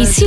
Et si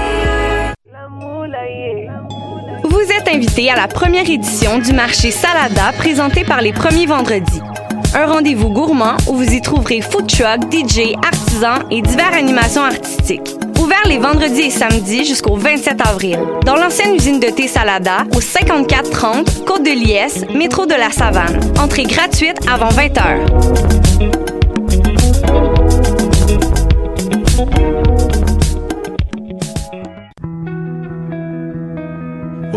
Vous êtes invité à la première édition du marché Salada présenté par les premiers vendredis. Un rendez-vous gourmand où vous y trouverez food truck, DJ, artisans et diverses animations artistiques. Ouvert les vendredis et samedis jusqu'au 27 avril. Dans l'ancienne usine de thé Salada, au 5430 Côte de Liesse, métro de la Savane. Entrée gratuite avant 20 heures. Ben,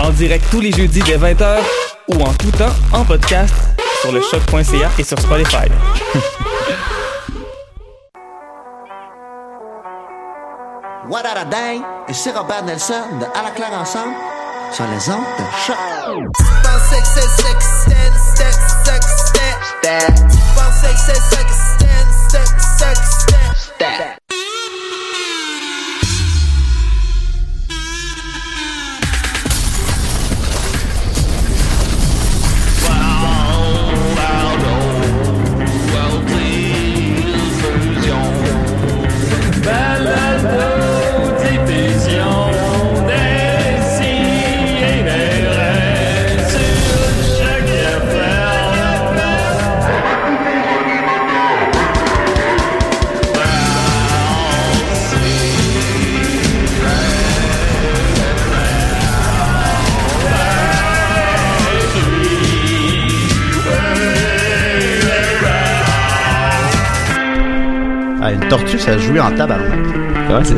En direct tous les jeudis dès 20h ou en tout temps en podcast sur le choc.ca et sur Spotify. What a Dang et c'est Robert Nelson de À la claire ensemble sur les ondes de choc. Ah, une tortue, ça jouait en tabarnak. Ouais, c'est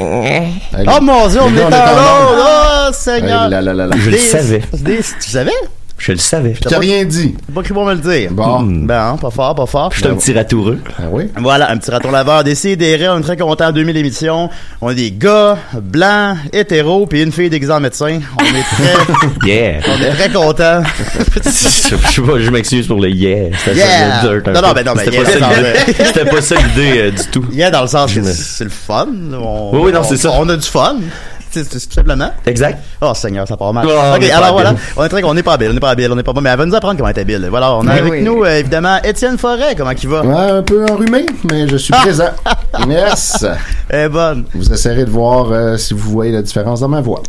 Oh mon dieu, on Déjà, est en on est en l'eau! Oh Ah, Seigneur! là, là, là, là. Je le Des- savais. des- Tu savais? Je le savais. T'as T'as pas- rien dit. T'as pas cru pour me le dire. Bon. Hmm. Ben, pas fort, pas fort. Je suis un petit ratoureux. Ah oui? Voilà, un petit raton laveur d'essai, des rêves, on est très contents, 2000 émissions. On est des gars, blancs, hétéros, puis une fille déguisée en médecin. On est très, Yeah. on est très contents. je sais pas, je m'excuse pour le yeah. C'était Yeah. ça, le dirt un Non, non, peu. ben non, ben C'était yeah, pas ça non, l'idée- C'était pas ça l'idée euh, du tout. Il y a dans le sens que Je me- c'est c'est le fun. On, Oui, oui, non, on- c'est ça. On a du fun. C'est c'est tout simplement. Exact. Oh Seigneur, ça part mal. Oh, on ok, est pas alors habile. voilà, on est très, on n'est pas habile, on n'est pas habile, on n'est pas bon, mais elle va nous apprendre comment être habile. Voilà, on a Mais avec Ben oui. nous euh, évidemment Étienne Forêt, comment il va Ouais, un peu enrhumé, mais je suis présent. Yes! Eh bonne. Vous essayerez de voir euh, si vous voyez la différence dans ma voix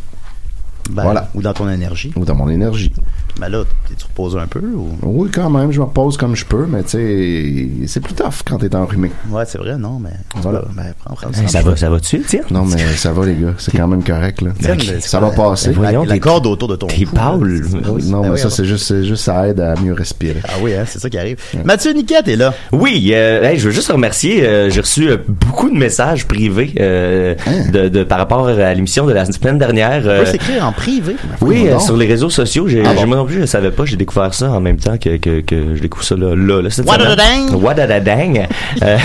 Ben, Voilà. Ou dans ton énergie. ou dans mon énergie. Ben là, t'es- tu reposes un peu ou Oui, quand même, je me repose comme je peux, mais tu sais, c'est plus tough quand t'es enrhumé. Ouais, c'est vrai, non, mais Voilà. Ben prends, prends Hey, Eh, Ça va, ça va tu tiens? Non, mais ça va, les gars, c'est quand même correct, là. Tiens, mais c'est Ça va quoi, passer. Ben, voyons, la, la t'es- corde autour de ton T'es cou, pâle. là. Non, Ben mais ça, oui, c'est juste, c'est juste, ça aide à mieux respirer. Ah oui, hein, c'est ça qui arrive. Mathieu Niquette est là. Oui, euh, hey, je veux juste remercier. euh, J'ai reçu euh, beaucoup de messages privés euh, Hein? de, de- par rapport à l'émission de la semaine dernière. On euh, peut s'écrire en privé. oui, Voyons euh, donc. sur les réseaux sociaux. J'ai, Ah j'ai- bon. Moi non plus, je savais pas. J'ai découvert ça en même temps que, que, que je découvre ça là. là, là cette Wadadadang! semaine. Wadadadang! Euh,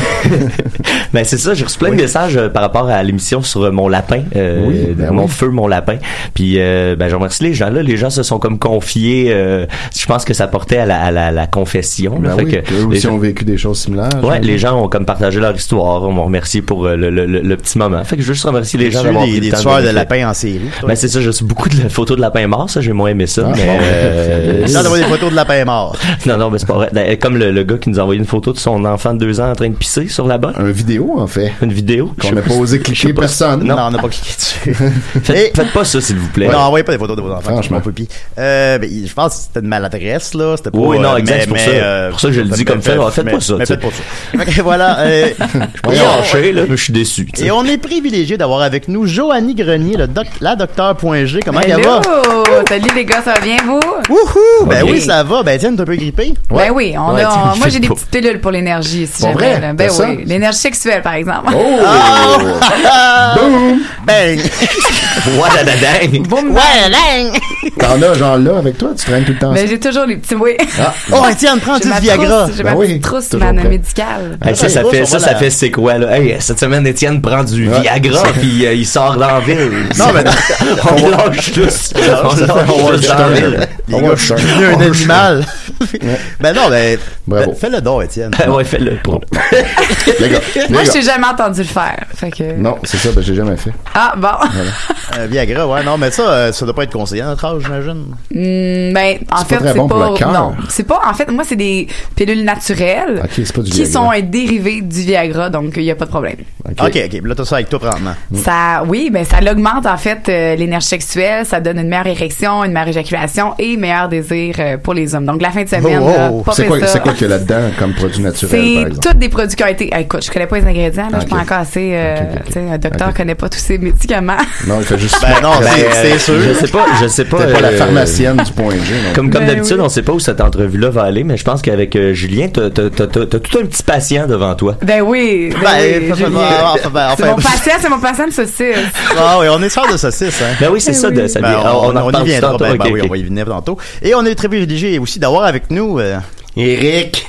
ben, c'est ça. J'ai reçu plein de messages euh, par rapport à l'émission sur euh, mon lapin. euh, Oui, ben mon oui. feu, mon lapin. Puis, euh, ben, je remercie les gens. Là, les gens se sont comme confiés. euh, je pense que ça portait à la, à la, la confession. là. Ben Fait oui, que eux les aussi gens- ont vécu des choses similaires. Ouais, les gens ont comme partagé leur histoire, on m'a remercié pour euh, le, le- le- le petit moment. Fait que je veux juste remercier les gens Tu d'avoir es pris des le temps tueurs de nous- lapins en série. toi. Ben c'est ça, je suis beaucoup beaucoup de la photo de lapin mort, ça, j'ai moins aimé ça. Ah, mais, bon. euh, J'ai hâte d'avoir des photos de lapin mort. non, non, mais c'est pas vrai. Ben, Comme le, le gars qui nous a envoyé une photo de son enfant de deux ans en train de pisser sur la botte. Une vidéo, en fait. Une vidéo. Qu'on n'a pas osé cliquer personne. Non, Non, on n'a pas cliqué dessus. faites, faites pas ça, s'il vous plaît. Non, envoyez pas des photos de vos enfants. Franchement. c'est pas popi. Euh, ben, je pense que c'était une maladresse, là. C'était pas, Oui, non, euh, exact, mais- c'est pour mais, ça. euh, Pour ça que je le dis comme fait, alors, faites mais- pas ça, Mais tu sais. faites pas ça. Fait que voilà. euh, Je et suis on- fâché, là, mais je suis déçu. tu sais. Et on est privilégié d'avoir avec nous Joannie Grenier, le doc- la docteur.g. Comment elle va? Hello! Oh, Salut les gars, ça va bien vous? Wouhou! Ben Ok. oui, ça va. Ben tiens, t'es un peu grippé. Ben oui, on Ouais, a, tu le moi fais j'ai des pas. petites pilules pour l'énergie si Pour jamais. vrai? là. T'as Ben ça? oui, l'énergie sexuelle par exemple. Oh! Euh, Bang! Voilà, la dingue. Boum! Ouais, dang! T'en as genre là avec toi, tu traînes tout le temps. Ben ça. j'ai toujours les petits, oui. Oh, tiens, prends-tu J'ai du ma Viagra? trousse, j'ai Ben ma oui, petite trousse toujours man- prêt. médicale. Hey, ça, ça Ouais, fait, on ça, va ça la- fait c'est quoi, là? Hey, cette semaine, Étienne prend du Ouais. Viagra, puis euh, il sort dans la ville. Non, mais on lâche juste. On lâche juste dans la ville. On gars, va je suis le faire. devenu un animal. ben non, ben, Bravo. ben, fais le don, Étienne. Ben ouais, fais-le. Les gars, Moi les je gars. t'ai jamais entendu le faire. Fait que... Non, c'est ça, ben j'ai jamais fait. Ah bon. Euh, Viagra, ouais, non, mais ça, euh, ça doit pas être conseillé à notre âge, j'imagine. Hmm, ben, en pas fait, très c'est bon pour pas. le cœur. non, c'est pas. En fait, moi, c'est des pilules naturelles Ok, c'est pas du qui Viagra. sont un dérivé du Viagra, donc il n'y a pas de problème. Ok, ok, là, t'as ça avec toi, probablement. Ça, oui, ben ça l'augmente en fait euh, l'énergie sexuelle, ça donne une meilleure érection, une meilleure éjaculation et meilleur désir euh, pour les hommes. Donc la fin de semaine, Oh, oh, là, oh. pas C'est fait quoi, ça. c'est quoi qu'il y a là-dedans comme produit naturel, C'est par exemple? tous des produits qui ont été. Ah, écoute, je connais pas les ingrédients, là, je suis pas Ok. encore assez. euh, Ok, ok, ok. tu sais, Un docteur Ok. connaît pas tous ses médicaments. Non, il fait juste. Ben non, c'est c'est Je sûr. sais pas, je sais pas. T'es pas la euh, pharmacienne du point G, non? Comme, comme Ben d'habitude, oui. on sait pas où cette entrevue-là va aller, mais je pense qu'avec euh, Julien, t'as t'as- t'as- t'as- t'as tout un petit patient devant toi. ben oui. Ben, oui, Ben, Julien. enfin, ben, c'est enfin, mon patient, c'est mon patient de saucisse. ah oui, on est sort de saucisse, hein. Ben oui, c'est ça. de- ça Ben, vient- on, on on en y reparle viendra, tantôt. ben, ben Ok, oui, ok. on va y venir tantôt. Et on est très privilégié aussi d'avoir avec nous euh, Eric.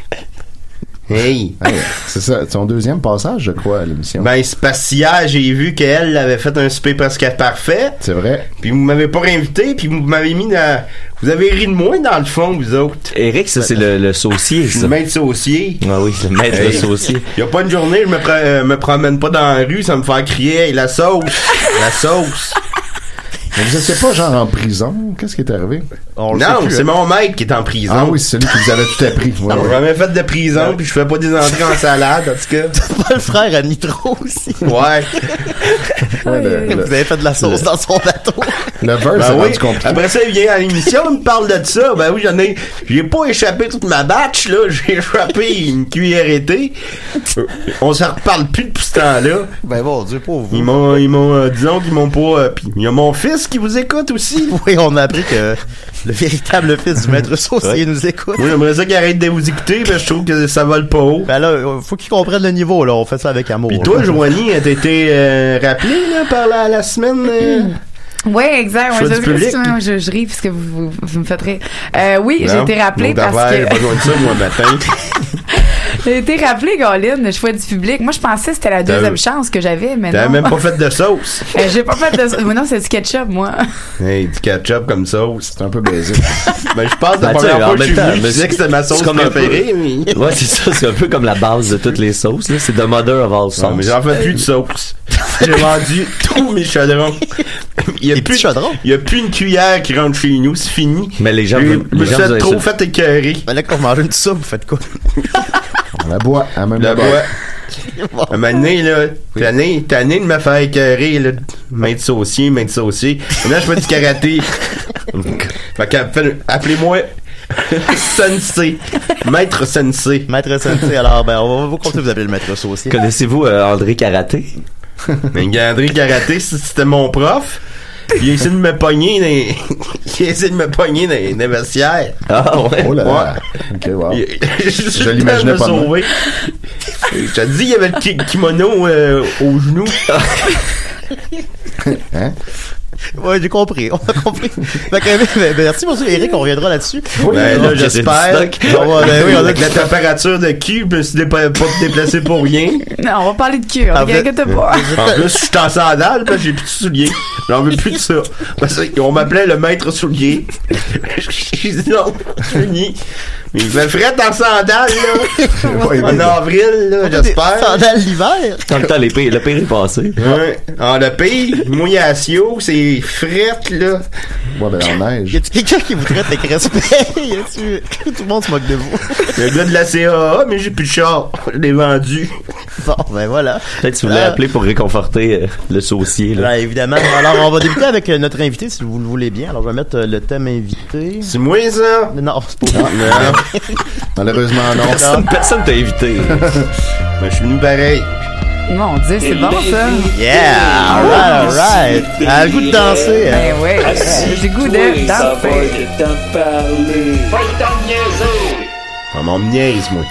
Hey. Ah ouais, c'est ça, son deuxième passage, je crois, à l'émission. Ben, c'est parce qu'hier, j'ai vu qu'elle avait fait un souper presque parfait. c'est vrai. Puis vous m'avez pas réinvité, puis vous m'avez mis dans... Vous avez ri de moi, dans le fond, vous autres. Eric, ça, c'est le, le saucier, Je ça. suis maître saucier. Ah oui, le maître Hey. de saucier. Y a pas une journée, je me, pro- euh, me promène pas dans la rue, ça me fait crier, Hey, la sauce, la sauce. Mais vous étiez pas genre en prison? Qu'est-ce qui est arrivé? on le sait Non, plus, c'est hein. mon maître qui est en prison. Ah oui, c'est celui qui vous avait tout appris. Ouais, J'ai ouais. jamais fait de prison, puis je fais pas des entrées en salade, en tout cas. pas le frère à Nitro aussi. Ouais. Ouais, le, Vous le, avez fait de la sauce dans son bateau. le verse Ben est oui. rendu compliqué. Après ça, il vient à l'émission, il me parle de ça. Ben oui, j'en ai. J'ai pas échappé toute ma batch, là. J'ai échappé une cuillère été. On s'en reparle plus depuis ce temps-là. ben bon, Dieu, pauvre Ils vous. m'ont, ils m'ont, euh, disons qu'ils m'ont pas. euh, pis il y a mon fils qui vous écoute aussi. Oui, on a appris que le véritable fils du maître saucier nous écoute. Moi, j'aimerais ça qu'il arrête de vous écouter, mais je trouve que ça vole pas haut. Ben là, euh, faut qu'ils comprennent le niveau, là. On fait ça avec amour. Pis toi, Joanie, t'as été euh, rappelé, là, par la, la semaine. euh, Oui, exact. Choix Ouais, du je, public. je, je, je ris parce que vous, vous, vous me faites rire. Euh, oui, j'ai non? été rappelée Nos parce affaires, que... j'ai pas besoin de ça, moi, matin. J'ai été rappelé, Colin, le choix du public. Moi, je pensais que c'était la T'as- deuxième chance que j'avais, mais T'as non. même pas fait de sauce. Euh, J'ai pas fait de... ça. non, c'est du ketchup, moi. Hey, du ketchup comme sauce. C'est un peu basique. Ben, je pense que Ben, la tu sais, première en fois que je même suis temps, venu, je mais disais que c'était ma sauce c'est comme un peu- préférée, mais... Ouais, c'est ça, c'est un peu comme la base de toutes les sauces, là. C'est the mother of all Non, mais sauces. j'en fais plus de sauce. J'ai vendu tous mes chaudrons. Il y a Les plus petits chaudrons. Il y a plus une cuillère qui rentre chez nous, c'est fini. Mais les gens- Je- les je me suis gens vous fait trop insultent. fait écœurer. Ben là, quand vous mangez une soupe, vous faites quoi? On la boit, à même Là-bas. boit. À un moment donné, là, tanné, tanné de me faire écœurer, là. Main de saucier, main de saucier. Maintenant, je fais du karaté. fait que, fait- appelez-moi Sensei. Maître Sensei. Maître Sensei, alors, ben, on va vous compter, vous appelez le maître saucier. Connaissez-vous euh, André Karaté? Mais Gandry Karaté, c- c'était mon prof. Il a essayé de me pogner dans les... Il a essayé de me pogner dans les, dans les vestiaires. Ah ouais. Oh là là. Ok, wow. Il- Je l'imaginais me pas de même. sauver. Je te dis, il y avait le ki- kimono euh, au genou. Ouais, j'ai compris. On a compris. Fait que, ben, ben, merci, monsieur Eric, on reviendra là-dessus. ben, on a là, du j'espère. stock. On va- ben oui, on a du Avec la température de cul, je me suis dépa- pas déplacé pour rien. Non, on va parler de cul. Ah, Ah, vous êtes- pas. En plus, je suis en sandales, parce que j'ai plus de souliers. J'en veux plus de ça. Parce qu'on m'appelait le maître soulier. J'ai dit non, je finis. Il fait fret en sandales, là. en avril, là, j'espère. Sandales l'hiver. Dans le temps, les pires- le pire est passé. Ouais. Ah, le pays, mouillassio, c'est fret, là. Ouais, ben, en neige. Y a-tu quelqu'un qui vous traite avec respect? Y a-tu- Tout le monde se moque de vous. Le gars de la CAA, mais j'ai plus de char. Je l'ai vendu. Bon, ben voilà. Peut-être que tu voulais Ah. appeler pour réconforter euh, le saucier. Là. Ben, évidemment. Alors, on va débuter avec euh, notre invité, si vous le voulez bien. Alors, je vais mettre euh, le thème invité. C'est moi, ça? Non, c'est pas moi. Malheureusement, non. Ben, Personne- personne t'a invité. Mais je suis venu pareil. Mon Dieu, c'est bon ça. Yeah! Alright, alright. Elle a le goût de danser. hein. Ben ouais, euh, j'ai le goût de danser. Ah, mon niaise, moi.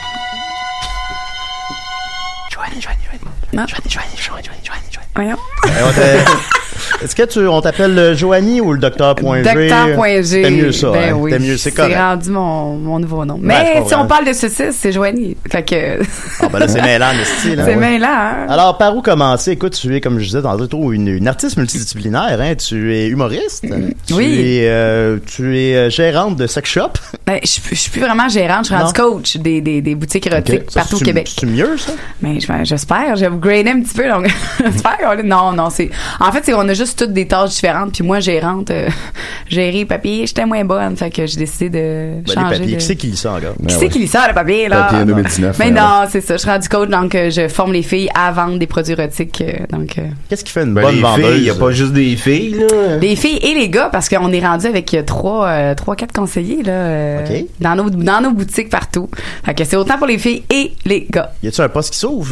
Non. Ah. Voyons. Ben, on t'a- Est-ce que tu, on t'appelle euh, Joanie ou le docteur.g? Docteur.g. T'aimes mieux ça, Ben hein? oui, T'aimes mieux, c'est C'est correct. rendu mon, mon nouveau nom. je Mais comprends. si on parle de saucisse, c'est Joanie. Fait que. Ah, ben là, c'est mêlant, le style. hein? C'est mêlant, hein? Alors, par où commencer? Écoute, tu es, comme je disais tantôt, une, une artiste multidisciplinaire. Hein? Tu es humoriste. Tu Mm. Oui. Es, euh, tu es euh, gérante de sex shop. Ben, je, suis plus- je suis plus vraiment gérante, je suis rendue coach des, des, des boutiques érotiques Ok. Ça, partout au c'est-tu- Québec. C'est mieux, ça? Mais je- ben, j'espère, j'ai upgradé un petit peu, donc j'espère qu'on est- Non, non, c'est. En fait, c'est on a juste toutes des tâches différentes, puis moi, gérante, euh, gérer papier, j'étais moins bonne, fait que j'ai décidé de Ben, les changer. papiers, de- qui c'est qui lit ça encore? Ben Qui c'est qui lit ça, le papier, là? Papier 2019, Mais ouais, non, c'est ça. Je suis rendu coach, donc euh, je forme les filles à vendre des produits érotiques. euh, donc, euh, Qu'est-ce qui fait une Ben, bonne les vendeuse? filles, il n'y a pas juste des filles, là. les filles et les gars, parce qu'on est rendu avec euh, trois, euh, trois, quatre conseillers, là, euh, Ok. dans, nos, dans nos boutiques partout. Fait que c'est autant pour les filles et les gars. Y a-tu un poste qui s'ouvre?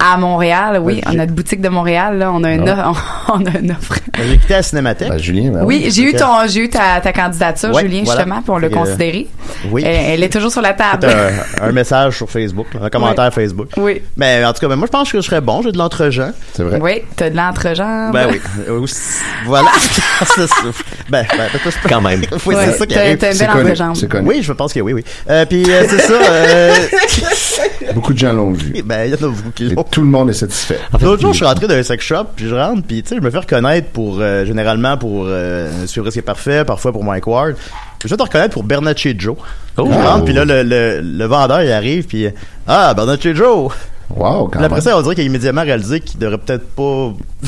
À Montréal, oui. Ouais, On j'ai- a une boutique de Montréal, là. On a une, Ah. offre- on a une offre. J'ai quitté la Cinémathèque. Ben, Julien, Ah Oui, j'ai eu Ok. ton, j'ai eu ta, ta candidature, Ouais, Julien, voilà. justement, pour le Fait que- considérer. Oui. Elle, elle est toujours sur la table. un, un message sur Facebook, là, un commentaire Facebook. Oui. Mais en tout cas, ben, moi, je pense que je serais bon. J'ai de l'entre-gens. C'est vrai. Oui, t'as de l'entrejambe. Ben oui. Euh, aussi- voilà. C'est ça. ben, ben, ben, c'est- Quand même. Oui, Ah! Ouais, c'est ça qui t'as- arrive. t'as une C'est belle connu. entrejambe. C'est connu. Oui, je pense que oui, oui. Euh, puis euh, c'est ça. euh, Beaucoup de gens l'ont vu. ben, il y en a beaucoup qui Et l'ont. tout le monde est satisfait. L'autre jour, je suis rentré dans un sex shop, puis je rentre, puis tu sais, je me fais reconnaître pour, euh, généralement, pour euh, Suivre ce qui est parfait, parfois pour Mike Ward. Je vais te reconnaître pour Bernatchez Joe. Je rentre, puis là, le, le, le vendeur, il arrive, puis Ah, Bernatchez Joe! Wow, quand Puis après même. ça, on dirait qu'il a immédiatement réalisé qu'il devrait peut-être pas.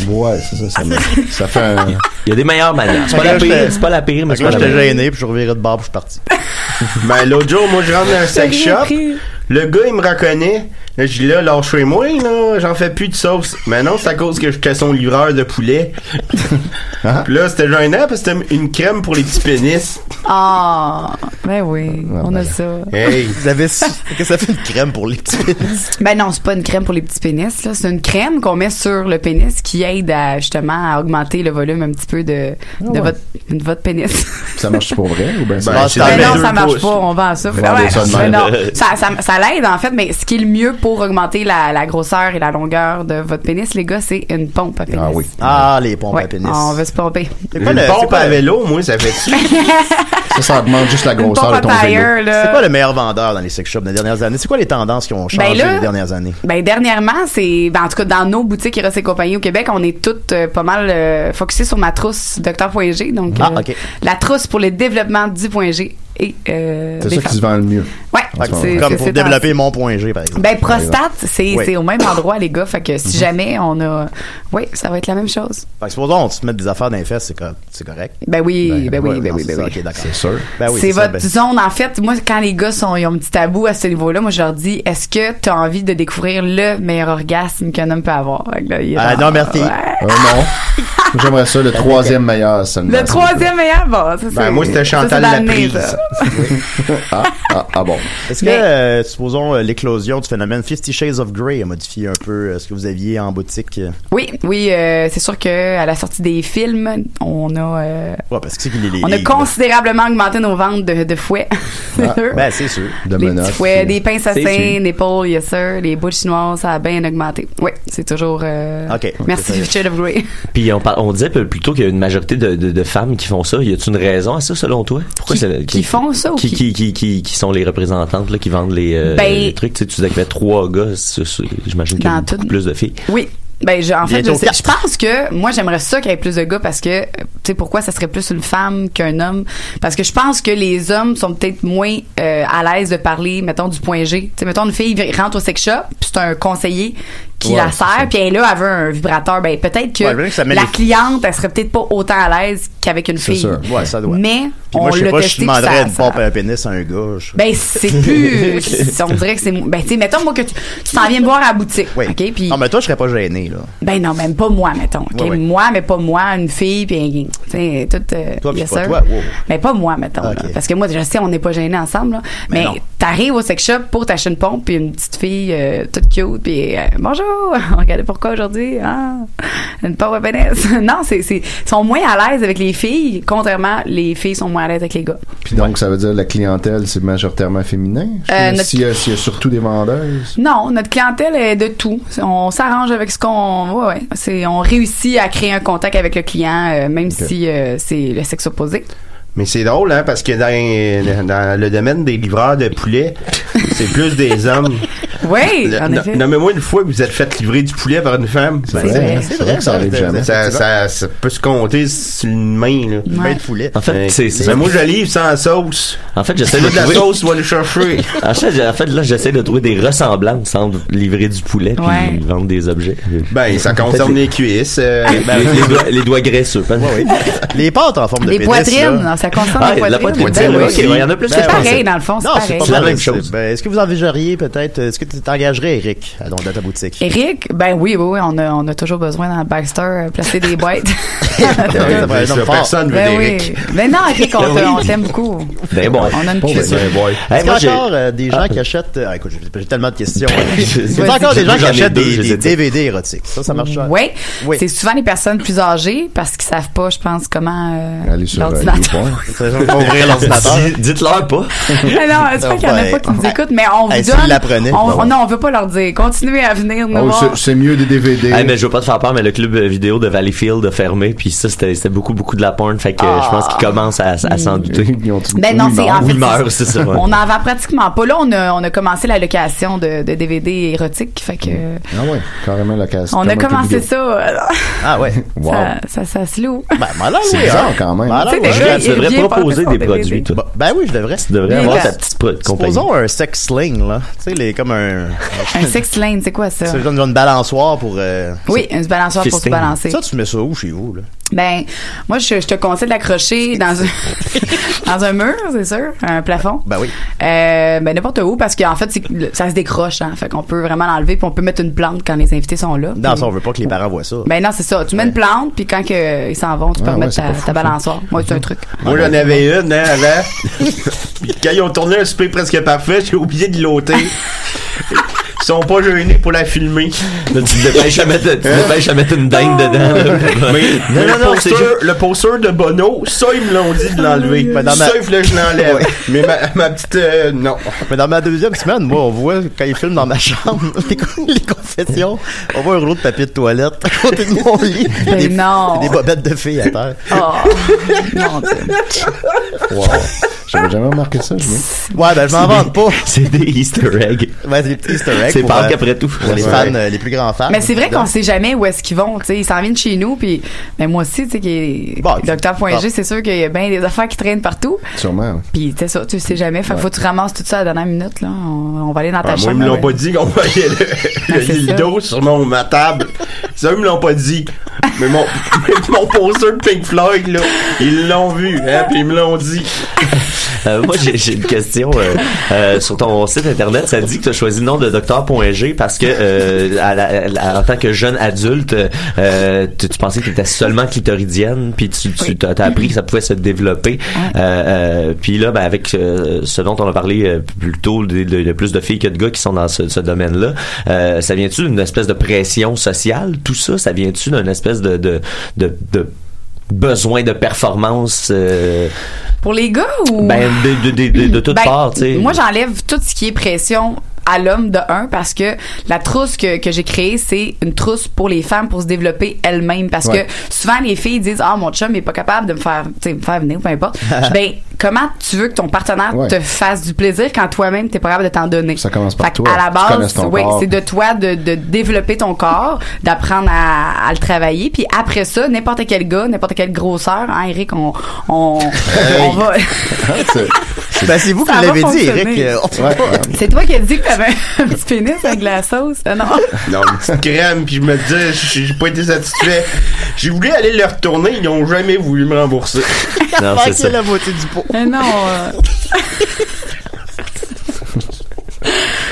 Ouais, c'est ça, ça, me- ça fait un. Il y a des meilleures manières. C'est pas la pire, c'est pas la pire, mais Parce que c'est là, pas la j'étais pire. gêné, puis je revirais de bord, puis je suis parti. Ben, l'autre jour, moi, je rentre dans un sex shop. Le gars, il me reconnaît. Là, je dis là, lâchez-moi, là. J'en fais plus de sauce. Mais non, c'est à cause que j'étais son livreur de poulet. Hein? Puis là, c'était gênant parce que c'était une crème pour les petits pénis. Ah, ben oui, on a ça. Hey! Vous avez su que ça fait une crème pour les petits pénis. Ben non, c'est pas une crème pour les petits pénis, là. C'est une crème qu'on met sur le pénis qui aide à, justement, à augmenter le volume un petit peu de, de, votre, de votre pénis. Ça marche pour vrai ou bien ça Ben, marche? c'est Ah, Mais ben, non, deux ça marche pouces. pas, on vend ça. Vendez Ouais, ça de mais même. non, ça, ça, ça l'aide en fait, mais ce qui est le mieux pour augmenter la, la grosseur et la longueur de votre pénis, les gars, c'est une pompe à pénis. Ah oui. Ah, les pompes Ouais, à pénis. on veut se pomper. C'est Une quoi, le, c'est pompe quoi- à vélo, moi, ça fait-tu? Ça, ça augmente juste la Ah, Une pompe grosseur à de ton vélo. tire, c'est là. quoi le meilleur vendeur dans les sex shops dans les dernières années? C'est quoi les tendances qui ont changé Ben là- dans les dernières années? Ben dernièrement, c'est ben, en tout cas dans nos boutiques Eros et compagnie au Québec, on est toutes euh, pas mal euh, focusées sur ma trousse Dr.G donc euh, Ah, ok. la trousse pour le développement du point G et euh, C'est des ça qui se femmes. vend le mieux. Ouais, Ok. c'est- Ah, Comme c'est- pour c'est développer mon point G, par exemple. Ben prostate, c'est Oui. c'est au même endroit les gars, fait que si jamais on a oui, ça va être la même chose. Fait que supposons, on se met des affaires dans les fesses, c'est, co- c'est correct. Ben oui, ben, oui, ouais, ben non, oui, ben c'est ça, oui. ok, d'accord. C'est sûr. Ben oui, c'est ça, votre ben- zone. En fait, moi, quand les gars sont, ils ont un petit tabou à ce niveau-là, moi, je leur dis, est-ce que tu as envie de découvrir le meilleur orgasme qu'un homme peut avoir? Fait que là, il est Ah, dans- non, merci. Ouais. Euh, non. J'aimerais ça, le troisième meilleur seulement. Le troisième meilleur, bon, ça, c'est... Ah, Ben, moi, c'était ça, Chantal c'est dans le Laprise. nez, ça. Ah, ah, ah bon. Est-ce que, Mais- euh, supposons, euh, l'éclosion du phénomène Fifty Shades of Grey a modifié un peu euh, ce que vous aviez en boutique? euh? Oui, oui, euh, c'est sûr que à la sortie des films, on a... euh, Ouais, parce que c'est qu'il est les on a livres, là. considérablement augmenté nos ventes de, de fouets. Ah, Ben, c'est sûr. De les menottes, petits fouets, puis- des pinces à C'est seins, sûr. des pôles, yes sir, les bouches chinoises, ça a bien augmenté. Oui, c'est toujours... euh, Ok. Merci, Richard of Grey. Puis on, par- on disait peu- plutôt qu'il y a une majorité de, de- de femmes qui font ça. Y a-t-il une raison à ça selon toi Pourquoi c'est le- qui font ça ou qui, qui- qui, qui, qui, qui sont les représentantes là, qui vendent les, euh, Ben- les trucs Tu sais, tu disais qu'il y avait trois gars. c'est- c'est- J'imagine qu'il y a Dans beaucoup tout- plus de filles. Oui. Ben, je- en fait, je, Bientôt sais- quatre. je pense que moi, j'aimerais ça qu'il y ait plus de gars parce que euh, tu sais, pourquoi ça serait plus une femme qu'un homme? Parce que je pense que les hommes sont peut-être moins euh, à l'aise de parler, mettons, du point G. Tu sais, mettons, une fille rentre au sex shop, puis c'est un conseiller qui Ouais, la sert, puis elle, là, elle veut un vibrateur. Ben, peut-être que Ouais, je veux dire que ça met la les- cliente, elle serait peut-être pas autant à l'aise qu'avec une C'est fille. sûr. Ouais, ça doit. Mais Puis on moi, je sais l'a pas, je testé, puis demanderais ça- une ça- pompe à pénis à un gars. je- ben, c'est plus. c'est- on dirait que c'est. Ben, tu sais, mettons, moi, que tu tu t'en viens me voir à la boutique. OK? Puis. Non, mais toi, je serais pas gêné, là. Ben, non, même pas moi, mettons. OK? Ouais, ouais. Moi, mais pas moi, une fille, puis. Tu sais, toute. euh, Toi, puis yes pas sir. toi, wow. Mais pas moi, mettons. là. parce que moi, je sais, on n'est pas gênés ensemble, là. Mais, t'arrives au sex shop pour t'acheter une pompe, puis une petite fille euh, toute cute, puis. euh, Bonjour! Regardez pourquoi aujourd'hui? Ah! Une pompe à pénis. non, c'est. c'est- Ils sont moins à l'aise avec les filles, contrairement, les filles sont moins à l'aise avec les gars. Puis donc, ça veut dire que la clientèle, c'est majoritairement féminin? Euh, notre- S'il y, a- s'il y a surtout des vendeuses? Non, notre clientèle est de tout. On s'arrange avec ce qu'on. Ouais, ouais. C'est, on réussit à créer un contact avec le client, euh, même si euh, c'est le sexe opposé. Mais c'est drôle, hein, parce que dans, dans le domaine des livreurs de poulet, c'est plus des hommes. Oui, Le- en no- effet. Nommez-moi une fois que vous êtes fait livrer du poulet par une femme. Ben, C'est vrai, vrai, c'est vrai que ça arrive jamais. Ça, effectivement. ça- ça peut se compter sur une main. Là. Une main main de poulet. En fait, c'est- c'est- Mais moi, je livre sans sauce. En fait, j'essaie Tu de veux de la trouver- sauce, tu vas le chercher. En fait, j'ai- en fait, là, j'essaie de trouver des ressemblances entre livrer du poulet puis Ouais. vendre des objets. Ben, ça concerne les cuisses. euh, les, ben, les doigts, les doigts graisseux. hein. Les pâtes en forme Les poitrines, non, ça concerne Ah, les la poitrines. poitrine, Ben oui. ok, ouais, il y en a plus que C'est je pensais. pareil, dans le fond, c'est Non, pareil. c'est pas mal, c'est- ben, Est-ce que vous envisageriez peut-être, euh, est-ce que tu t'engagerais, Eric, à, dans ta boutique? Eric, ben oui, oui, oui, on a, on a toujours besoin dans le Baxter euh, placer des boîtes. Ben, Ça va être un homme fort. ben oui. Mais non, Eric, on, te- Ben oui. on t'aime beaucoup. Ben bon. On a une Pauvre cuisine. Ben boy. Est-ce qu'il y a encore euh, des gens qui achètent. euh, ah, écoute, j'ai- j'ai tellement de questions. Il y a encore des gens qui J'en ai achètent deux, des, je des sais pas. DVD érotiques. Ça, ça marche. Oui. Oui. C'est souvent les personnes plus âgées parce qu'ils savent pas, je pense, comment euh, Aller sur, euh, l'ordinateur. Faut ouvrir l'ordinateur. ben, Dis- Dites-leur pas. Mais non, c'est vrai qu'il y en a pas qui nous écoutent, mais on vous Hey, donne. s'ils l'apprenaient, on, bah ouais. Non, on veut pas leur dire. Continuez à venir nous voir. mieux des DVD. mais je veux pas te faire peur, mais le club euh, vidéo de Valleyfield a fermé, puis ça, c'était c'était beaucoup, beaucoup de la porn, fait que euh, je pense qu'ils commencent à, à s'en douter. Ah. Ben non, c'est en fait, Oui, meurt, c'est ça. ouais. On en vend pratiquement pas. Là, on a, on a commencé la location de, de DVD érotiques. Fait que, euh, Ah ouais, carrément la casse. on a comme un commencé public. ça. euh, Ah ouais. Wow. ça, ça, ça se loue. Ben, malade, C'est oui, bizarre, hein. quand même. Malade, Tu sais, ouais. déjà, il revient pas parce qu'on est bébé. toi. Ben oui, je devrais. Tu devrais avoir ta petite pro- compagnie. Supposons un sex sling, là. Tu sais, les- comme un. Un sex lane, c'est quoi ça? C'est comme une balançoire pour. euh, Oui, une balançoire pour se balancer. Ça, tu mets ça où chez vous, là? Ben, moi, je, je te conseille de l'accrocher dans un, dans un mur, c'est sûr, un plafond. Ben oui. Euh, ben, n'importe où, parce qu'en fait, c'est- le- ça se décroche, hein. Fait qu'on peut vraiment l'enlever, puis on peut mettre une plante quand les invités sont là. Non, Puis- ça, on veut pas que les parents voient ça. Ben non, c'est ça. Tu mets une plante, puis quand que, ils s'en vont, tu peux Ah, ouais, remettre c'est ta, pas fou, ta balançoire. Moi, Mhm. c'est un truc. Moi, j'en avais une, hein, avant. Puis quand ils ont tourné un souper presque parfait, j'ai oublié de l'ôter. Ils sont pas gênés pour la filmer. Hein? Là, tu te dépêches à mettre, tu te dépêches à mettre une dingue dedans. là. Mais non, non, le, non, poster, c'est juste- le poster de Bono, ça, ils me l'ont dit de l'enlever. Ben, dans ma- Ça, il fallait que je l'enlève. Mais ma, ma petite... euh, non. Mais dans ma deuxième semaine, moi, on voit, quand ils filment dans ma chambre, les, co- les confessions, on voit un rouleau de papier de toilette à côté de mon lit. Ben des, non. Oh, des bobettes de filles à terre. Wow. J'avais jamais remarqué ça, je me- Ouais, ben je m'en C'est vante pas. C'est des easter eggs. Ouais, c'est des petits easter eggs. C'est pour, Pâques euh, après tout. Pour les Ouais. fans, euh, les plus grands fans. Mais c'est vrai qu'on Donc, sait jamais où est-ce qu'ils vont. tu sais. ils s'en viennent chez nous, puis ben moi aussi, tu sais, qui bon. Docteur.g, c'est sûr qu'il y a bien des affaires qui traînent partout. Sûrement. Puis c'est ça, tu sais jamais. Fait que Ouais. faut que tu ramasses tout ça à la dernière minute. Là. On, on va aller dans ta Ah, moi, chambre. Ah, ils me l'ont ouais. pas dit qu'on voyait le, le dildo sur mon, ma table. Ça, ils me l'ont pas dit. Mais mon, mais mon poster de Pink Floyd, là, ils l'ont vu, hein, puis ils me l'ont dit. Euh, moi, j'ai j'ai une question. euh, euh, sur ton site internet, ça dit que tu as choisi le nom de docteur.g parce que, euh, à la- à la- en tant que jeune adulte, euh, tu, tu pensais que tu étais seulement clitoridienne, puis tu, tu as, appris que ça pouvait se développer. Euh, euh, puis là, ben, avec euh, ce dont on a parlé euh, plus tôt, de, de- de plus de filles que de gars qui sont dans ce, ce domaine-là, euh, ça vient-tu d'une espèce de pression sociale, tout ça? Ça vient-tu d'une espèce de... de, de, de besoin de performance euh, Pour les gars ou. ben, de, de, de, de, de toutes Ben, parts, tu sais. Moi, j'enlève tout ce qui est pression à l'homme de un parce que la trousse que, que j'ai créée, c'est une trousse pour les femmes pour se développer elles-mêmes. Parce Ouais. que souvent, les filles disent Ah, mon chum n'est pas capable de me faire, tu sais, me faire venir, peu importe. Je dis, ben, comment tu veux que ton partenaire Ouais. te fasse du plaisir quand toi-même, tu pas capable de t'en donner? Ça commence par Fait que toi. À la Tu connaisses base, ton oui, corps. c'est de toi de, de développer ton corps, d'apprendre à, à le travailler. Puis après ça, n'importe quel gars, n'importe quelle grosseur, hein, Eric, on, on, on va. Ben, c'est vous qui Ça va l'avez dit, fonctionner. Eric. euh, on- C'est toi qui as dit que t'avais un petit pénis avec de la sauce. Ah non. Non, une petite crème, puis je me disais, j'ai j'ai pas été satisfait. J'ai voulu aller le retourner, ils n'ont jamais voulu me rembourser. Non, c'est ça. beauté du pot. Mais non. euh,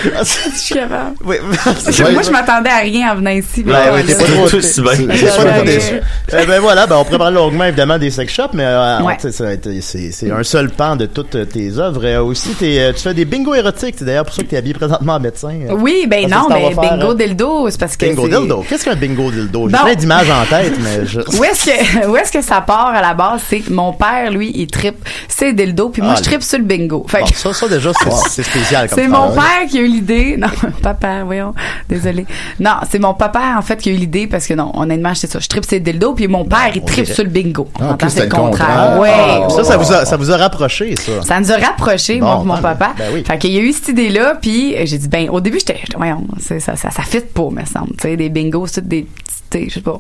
Je suis capable. Oui. Moi, je m'attendais à rien en venant ici. mais voilà. C'est pas trop déçu. Euh, ben voilà, ben on prépare longuement évidemment des sex shops, mais euh, Ouais. tu sais, ça a été- c'est c'est un seul pan de toutes euh, tes œuvres. Euh, aussi, t'es, euh, tu fais des bingos érotiques. C'est d'ailleurs pour ça que t'es habillé présentement en médecin. Euh, Oui, ben parce non, que ça, on mais va faire, bingo euh, dildo, c'est parce que. Bingo c'est- dildo. Qu'est-ce qu'un bingo dildo? J'ai Bon. plein d'images en tête, mais je... Où est-ce que où est-ce que ça part à la base C'est que mon père, lui, il tripe c'est dildo, puis moi, Ah, je tripe sur le bingo. Fait Bon, que- ça, ça déjà, c'est c'est spécial comme C'est ça. mon père qui a eu l'idée. Non, papa, voyons. Désolé. Non, c'est mon papa, en fait, qui a eu l'idée parce que non, honnêtement, c'est ça. Je tripe ses dildos, puis mon père, il tripe dirait. sur le bingo. Ah, On en plus, entend, c'est c'était le le contraire. contraire. Ouais. Ah, Ça, ça vous a, ça vous a rapproché, ça. Ça nous a rapprochés, Bon, moi et mon ben, papa. ben oui. Fait qu'il y a eu cette idée-là, puis euh, j'ai dit, ben, au début, j'étais, j'étais, voyons, c'est- ça, ça, ça fit pas, me semble. Tu sais, des bingos, c'est des petits, tu sais, je sais pas.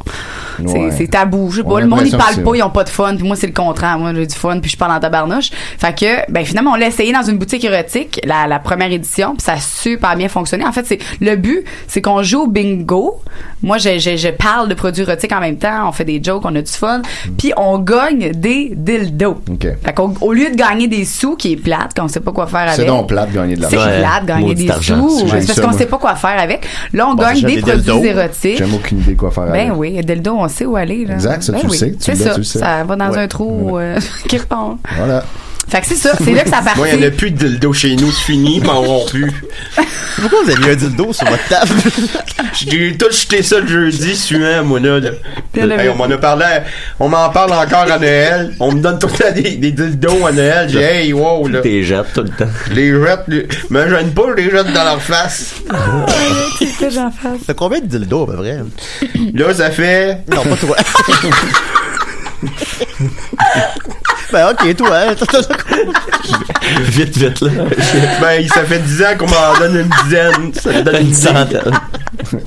C'est- Ouais. C'est tabou, je sais On pas. a Le monde, ils l'impression que parle c'est- pas, ils ont pas de fun, puis moi, c'est le contraire. Moi, j'ai du fun, puis je parle en tabarnouche. Fait que, ben, finalement, on l'a essayé dans une boutique érotique, la, la première édition, puis ça a super bien fonctionné. En fait, c'est le but, c'est qu'on joue au bingo. Moi, je, je, je parle de produits érotiques en même temps, on fait des jokes, on a du fun, puis on gagne des dildos. Fait qu'au au lieu de gagner des sous, qui est plate, qu'on sait pas quoi faire avec. C'est donc plate de gagner de C'est l'argent. plate, gagner des sous. Si j'aime C'est parce ça, qu'on moi. sait pas quoi faire avec. Là, on Bon, gagne j'achète des, produits dildos. érotiques. J'aime aucune idée quoi faire avec. Ben oui, le dildo, on sait où aller. Là. Exact, ça, Ben tu le oui. sais, tu C'est l'as, ça, tu le sais. ça va dans Ouais. un trou euh, qui repart. Voilà. Fait que c'est ça, c'est là que ça part. Moi, il n'y en a plus de dildo chez nous, c'est fini, ils m'en auront plus. Pourquoi vous avez un dildo sur votre table? J'ai tout jeté ça le jeudi suivant, moi, là. là. Puis elle Hey, avait- on m'en a parlé, à- on m'en parle encore à Noël. On me donne tout le temps des, des dildos à Noël. J'ai, hey, wow, là. T'es jette tout le temps. Je les jette, les- me gêne pas, je les jette dans leur face. T'as combien de dildos, à peu près? Là, ça fait. Non, pas toi. ben, ok, toi. hein. Vite, vite, là. ben, ça fait 10 ans qu'on m'en donne une dizaine. Ça me donne une centaine.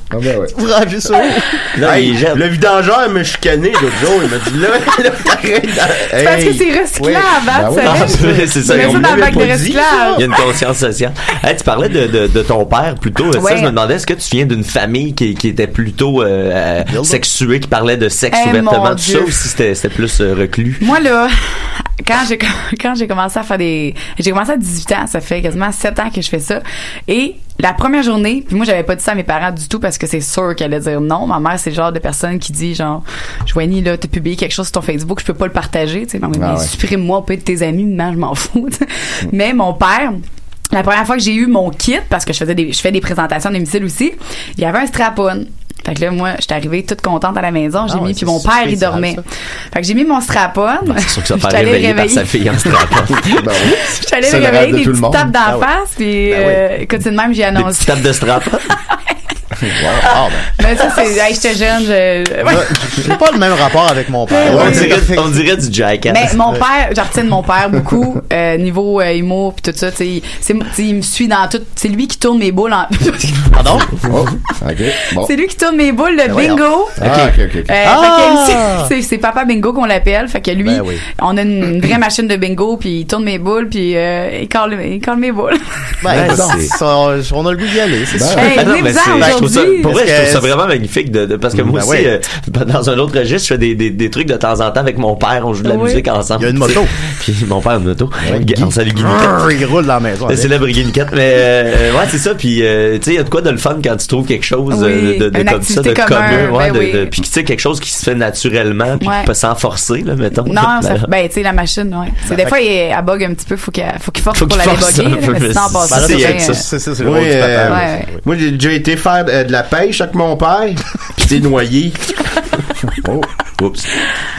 Ah ben ouais. Vous rangez ça où? Hey, le vidangeur m'a chicané l'autre jour. Il m'a dit là, là, t'arrêtes. C'est parce que c'est recyclable, Ben hein, tu Ah, savais? oui, c'est ça. Tu mets on ça dans l'avait le bac de pas dit, ça. recyclage. Il y a une conscience sociale. Hey, tu parlais de, de, de ton père plutôt. Ça, Ouais. je me demandais, est-ce que tu viens d'une famille qui, qui était plutôt euh, euh, sexuée, qui parlait de sexe Eh, mon ouvertement, tout ça, Dieu. ou si c'était c'était plus euh, reclus? Moi, là, quand j'ai, quand j'ai commencé à faire des. J'ai commencé à 18 ans, ça fait quasiment 7 ans que je fais ça. Et la première journée, puis moi, j'avais pas dit ça à mes parents du tout parce que c'est sûr qu'elle allait dire non. Ma mère, c'est le genre de personne qui dit, genre, Joanie, là, t'as publié quelque chose sur ton Facebook, je peux pas le partager, tu sais. Maman, Ah mais ouais. supprime-moi, on peut être tes amis, maman, je m'en fous. tu sais. mais mon père. La première fois que j'ai eu mon kit, parce que je faisais des, je fais des présentations à domicile aussi, il y avait un strap-on. Fait que là, moi, j'étais arrivée toute contente à la maison, j'ai Ah ouais, mis, c'est puis mon père, il spécial, dormait. ça. Fait que j'ai mis mon strap-on. C'est sûr que ça J'étais fait allée réveiller par réveiller- sa fille en strapant. Je suis allée C'est le le rêve réveiller de des tout le petites monde. tapes d'en Ah ouais. face, puis Ben euh, écoute, c'est de même, j'ai Des annoncé. petites tapes de strapant. Mais ça, c'est. hey, j'étais jeune, je. ouais. J'ai pas le même rapport avec mon père. on, dirait, on dirait du jackass. Mais mon père, je retiens de mon père beaucoup, euh, niveau euh, humour puis tout ça, tu sais, il- c'est tu sais, il me suit dans tout, c'est lui qui tourne mes boules en Pardon? Oh, ok. Bon. C'est lui qui tourne mes boules Ben le voyons. bingo. Ah, ok, ok. ok. Euh, Ah! fait que lui, c'est- c'est Papa Bingo qu'on l'appelle. Fait que lui, Ben oui. on a une vraie machine de bingo, puis il tourne mes boules, puis euh, il, colle, il colle mes boules. Ben, Ouais, donc, c'est- ça, on a le goût d'y aller, c'est Ben, sûr. ben, non, mais c'est- je trouve ça, pour vrai, je trouve Parce ça que- vraiment magnifique de, de- parce que Euh, Mm, moi ben aussi, ouais. euh, dans un autre registre, je fais des, des, des trucs de temps en temps avec mon père, on joue de la Oui. musique ensemble. Il y a une moto. tu sais. Puis mon père a une moto. Gu- On salue Guy Grrr, Niquette. Ah, Il roule dans la maison. Le célèbre Guy Niquette. Mais euh, ouais, c'est ça. Puis euh, tu sais, il y a de quoi de le fun quand tu trouves quelque chose euh, Oui, de, de, de une comme ça, de activité commun, ouais, ben de- oui. de- puis tu sais quelque chose qui se fait naturellement, puis Ouais. pas sans forcer, là, mettons. Non, ça, Ben, ben, tu sais, la machine, ouais. C'est des fois, il, elle bug un petit peu, faut qu'il faut qu'il force Faut pour qu'il la force débugger, un là, peu, mais mais sinon, en c'est- passant, ben là, c'est ça, rien. ça, c'est- ça, c'est le Oui, rôle du papa, euh, là. Ouais, Moi, j'ai déjà été faire euh, de la pêche avec mon père, puis t'es noyé. Oh. Oups.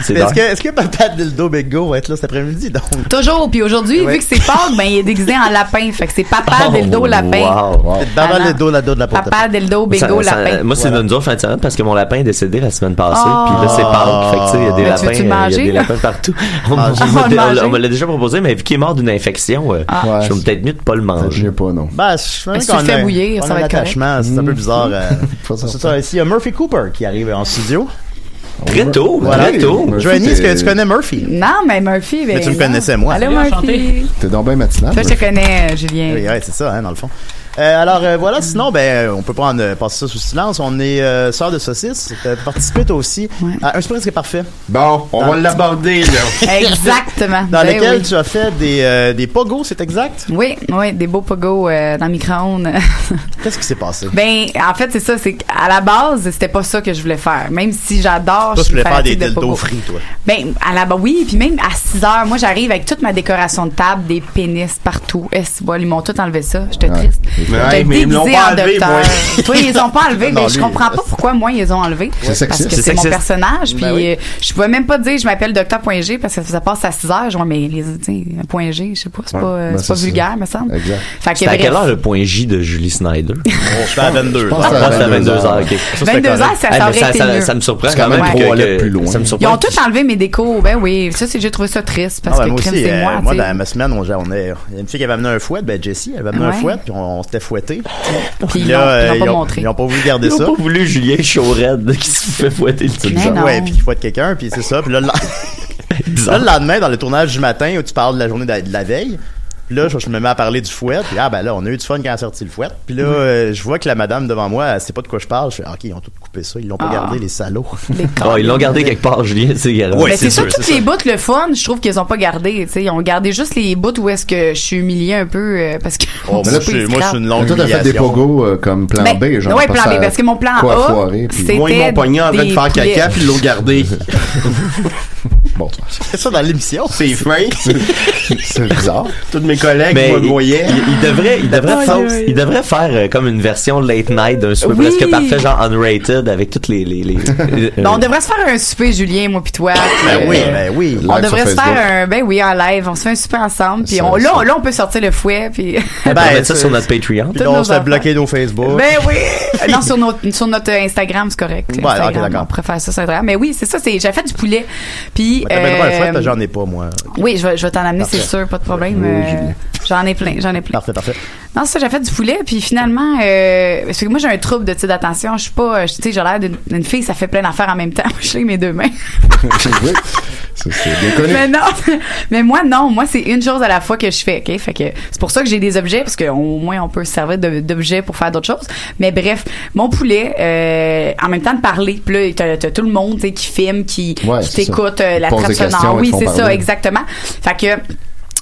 C'est Mais Est-ce dark. que, est-ce que Papa Dildo Bingo va être là cet après-midi, donc? Toujours, puis aujourd'hui, Ouais. vu que c'est Pâques, ben, il est déguisé en lapin. Fait que c'est papa Deldo lapin. Wow, wow. Papa le dos, la dos de la porte. Papa Deldo bingo Ça- ça- lapin. moi, c'est une dure fin de semaine parce que mon lapin est décédé la semaine passée. Oh. Puis là, c'est Pâques. Fait que, tu sais, il y a des Mais tu lapins, veux-tu le euh, il y a manger, des là? lapins partout. On, m'a- On va le on- manger. on me l'a déjà proposé, mais vu qu'il est mort d'une infection, euh, Ah. je suis peut-être mieux de pas le manger. Je pas, non. Ben, je suis Mais si tu le fais bouillir, ça va être correct. attachement, c'est un peu Mm. bizarre. euh, Faut sortir. c'est ça. Ici, il y a Murphy Cooper qui arrive en studio. Très tôt, très tôt. Joanie, est-ce que tu connais Murphy? Non, mais Murphy, ben, Mais tu me non. connaissais, moi. Allô, Bien Murphy. T'es donc bien matinal. Toi, je te connais, Julien. Oui, ouais, c'est ça, hein, dans le fond. Euh, alors euh, voilà, sinon ben euh, on peut pas en, euh, passer ça sous silence. On est euh, sœurs de saucisses. Euh, participez toi aussi à un sprint qui est parfait. Bon, on Dans- va Ah. l'aborder, là. Exactement. Dans Ben lequel oui. tu as fait des, euh, des pogos, c'est exact? Oui, oui, des beaux pogos euh, dans le micro-ondes. Qu'est-ce qui s'est passé? ben, en fait, c'est ça. C'est qu'à la base, c'était pas ça que je voulais faire. Même si j'adore. Toi, je tu suis voulais faire des fanatique de dildos pogo. frits, toi. Ben, à la base, oui. Puis même à 6 heures, moi, j'arrive avec toute ma décoration de table, des pénis partout. Est-ce bon, ils m'ont tout enlevé ça. J'étais triste. Mais, J'étais hey, mais ils me l'ont déguisée pas en enlevé, docteur. moi. Toi, ils les ont pas enlevés. Non, mais je lui, comprends pas pourquoi, moi, ils les ont enlevés. C'est Parce sexiste. que C'est c'est mon sexiste. personnage. Puis Ben oui. euh, je pouvais même pas dire je m'appelle docteur.g parce que ça passe à 6 heures. Je vois, mais les, tu sais, un point G, je sais pas, c'est Ouais. pas, euh, Ben, c'est pas c'est ça. vulgaire, me semble. Exact. Fait que C'était à bref. quelle heure le point J de Julie Snyder? On se à 22 Ah, heures. c'est à 22 heures, ok. 22 heures, ça, ça Ah, mais aurait été mieux. Ça me surprend C'est quand même que- trois que- lettres plus loin. Ça me Ils surprend. ont tout enlevé mes décos. Ben oui, ça, c'est j'ai trouvé ça triste parce Ah, ben, que moi crime, aussi, c'est euh, moi. moi tu sais. dans la semaine, on, on est, il y a une fille qui avait amené un fouet, ben Jessie, elle avait amené un Ouais. fouet, puis on, on s'était fouetté. Puis ils l'ont- ils l'ont pas euh, ils, ont, montré. ils ont pas voulu garder Ils ont ça. pas voulu Julien Chaurette qui se fait fouetter le truc. Mais Eh non. Ouais, puis il fouette quelqu'un, puis c'est ça. Puis là, le Bizarre. Là, le lendemain, dans le tournage du matin, où tu parles de la journée de la, de la veille, puis là, je, je me mets à parler du fouet, puis ah, ben là, on a eu du fun quand a sorti le fouet. Puis là, euh, je vois que la madame devant moi, elle sait pas de quoi je parle. Je fais, ah, OK, ils ont tout coupé ça, ils l'ont pas Ah. gardé, les salauds. Ah, ils l'ont gardé quelque part, Julien, c'est garanti. Mais euh, ben, c'est ça, toutes les bouts, le fun, je trouve qu'ils ont pas gardé. tu sais, Ils ont gardé juste les bouts où est-ce que je suis humiliée un peu euh, parce que. Oh, on moi, se je suis- fait moi, je scrap. suis une Mais longue toi, t'as fait des humiliation. pogos euh, comme plan Ben, B, genre. ouais, parce plan que B, parce que mon plan quoi A, foirer, puis- c'est- Moi, ils m'ont C'était pogné en train de des faire poulets. caca, puis ils l'ont gardé. Bon, C'est ça dans l'émission. C'est fin. c'est bizarre. Tous mes collègues Mais me il, voyaient. il- il devrait, il devrait, Aïe, faire, aïe, aïe. il devrait faire euh, comme une version late night d'un souper Oui. presque parfait, genre unrated, avec toutes les. les, les euh, Ben, on devrait se faire un souper, Julien, moi pis toi. puis, Ben euh, oui, ben oui. On Live sur devrait se Facebook. faire un, ben oui, en live, on se fait un souper ensemble, puis Ça, on, là, ça. on, là, on peut sortir le fouet, puis on Ben, pourrait mettre ça c'est- sur notre Patreon. Puis là, on nos se fait affaires. bloquer nos Facebook. Ben oui! non, sur notre, sur notre Instagram, c'est correct. Ouais, Instagram, ok, d'accord. On préfère ça sur Instagram. Mais oui, c'est ça, c'est, j'avais fait du poulet. Puis. Ben, T'amèneras un fouet, euh, parce que j'en ai pas, moi. Oui, je vais, je vais t'en amener, c'est Parfait. sûr, pas de problème. Oui, euh, Julien. j'en ai plein, j'en ai plein. Parfait, parfait. Non, c'est ça, j'ai fait du poulet, puis finalement, euh, parce que moi, j'ai un trouble de type d'attention. Je suis pas, euh, tu sais, j'ai l'air d'une d'une fille, ça fait plein d'affaires en même temps. Je sais, mes deux mains. Oui. Ça, C'est bien connu. Mais non, mais moi non, moi c'est une chose à la fois que je fais, ok. Fait que c'est pour ça que j'ai des objets parce qu'au moins on peut se servir de- d'objets pour faire d'autres choses. Mais bref, mon poulet, euh, en même temps de parler, puis là t'as t'as tout le monde tu sais, qui filme, qui, Ouais, qui c'est ça. t'écoute, euh, Ils la posent trappe des questions, sonore. ils Oui, font c'est ça, parler. exactement. Fait que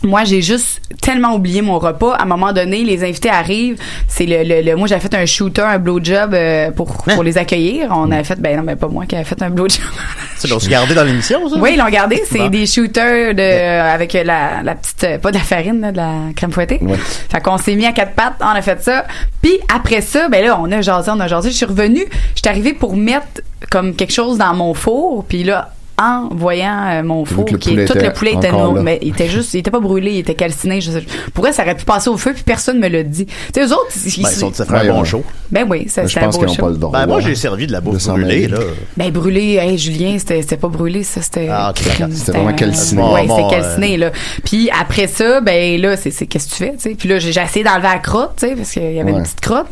moi j'ai juste tellement oublié mon repas. À un moment donné, les invités arrivent. C'est le, le, le- moi j'avais fait un shooter, un blowjob euh, pour pour les accueillir. On avait fait, ben non, mais pas moi qui avait fait un blowjob. Tu l'as gardé dans l'émission, ça? Ben, Oui, ils l'ont gardé. C'est Bon. des shooters de, euh, avec euh, la, la petite, euh, pas de la farine, là, de la crème fouettée. Ouais. Fait qu'on s'est mis à quatre pattes, on a fait ça. Puis après ça, ben là, on a jasé, on a jasé. Je suis revenue, je suis arrivée pour mettre comme quelque chose dans mon four. Puis là, en voyant euh, mon Vu four, que le qui poulet tout était le poulet était encore noir, là. mais il était juste, il était pas brûlé, il était calciné. Je, je- pourquoi ça aurait pu passer au feu puis personne me l'a dit. Tu sais, eux autres, ils, Ben, ils sont de se faire Ouais, un bon ouais. show. ben oui, ça, Je c'était un pense beau qu'ils n'ont show. pas le droit. Ben, moi, j'ai servi de la bouffe De s'en brûlée, là. mêler. Ben brûlé, hey, Julien, c'était c'était pas brûlé, ça, c'était Ah, ok, crème, d'accord. C'était vraiment calciné. Ouais, Bon, bon, euh, c'était calciné là. Puis après ça, ben là, c'est c'est- qu'est-ce que tu fais, tu sais Puis là, j'ai j'ai essayé d'enlever la crotte, tu sais, parce qu'il y avait Ouais. une petite crotte.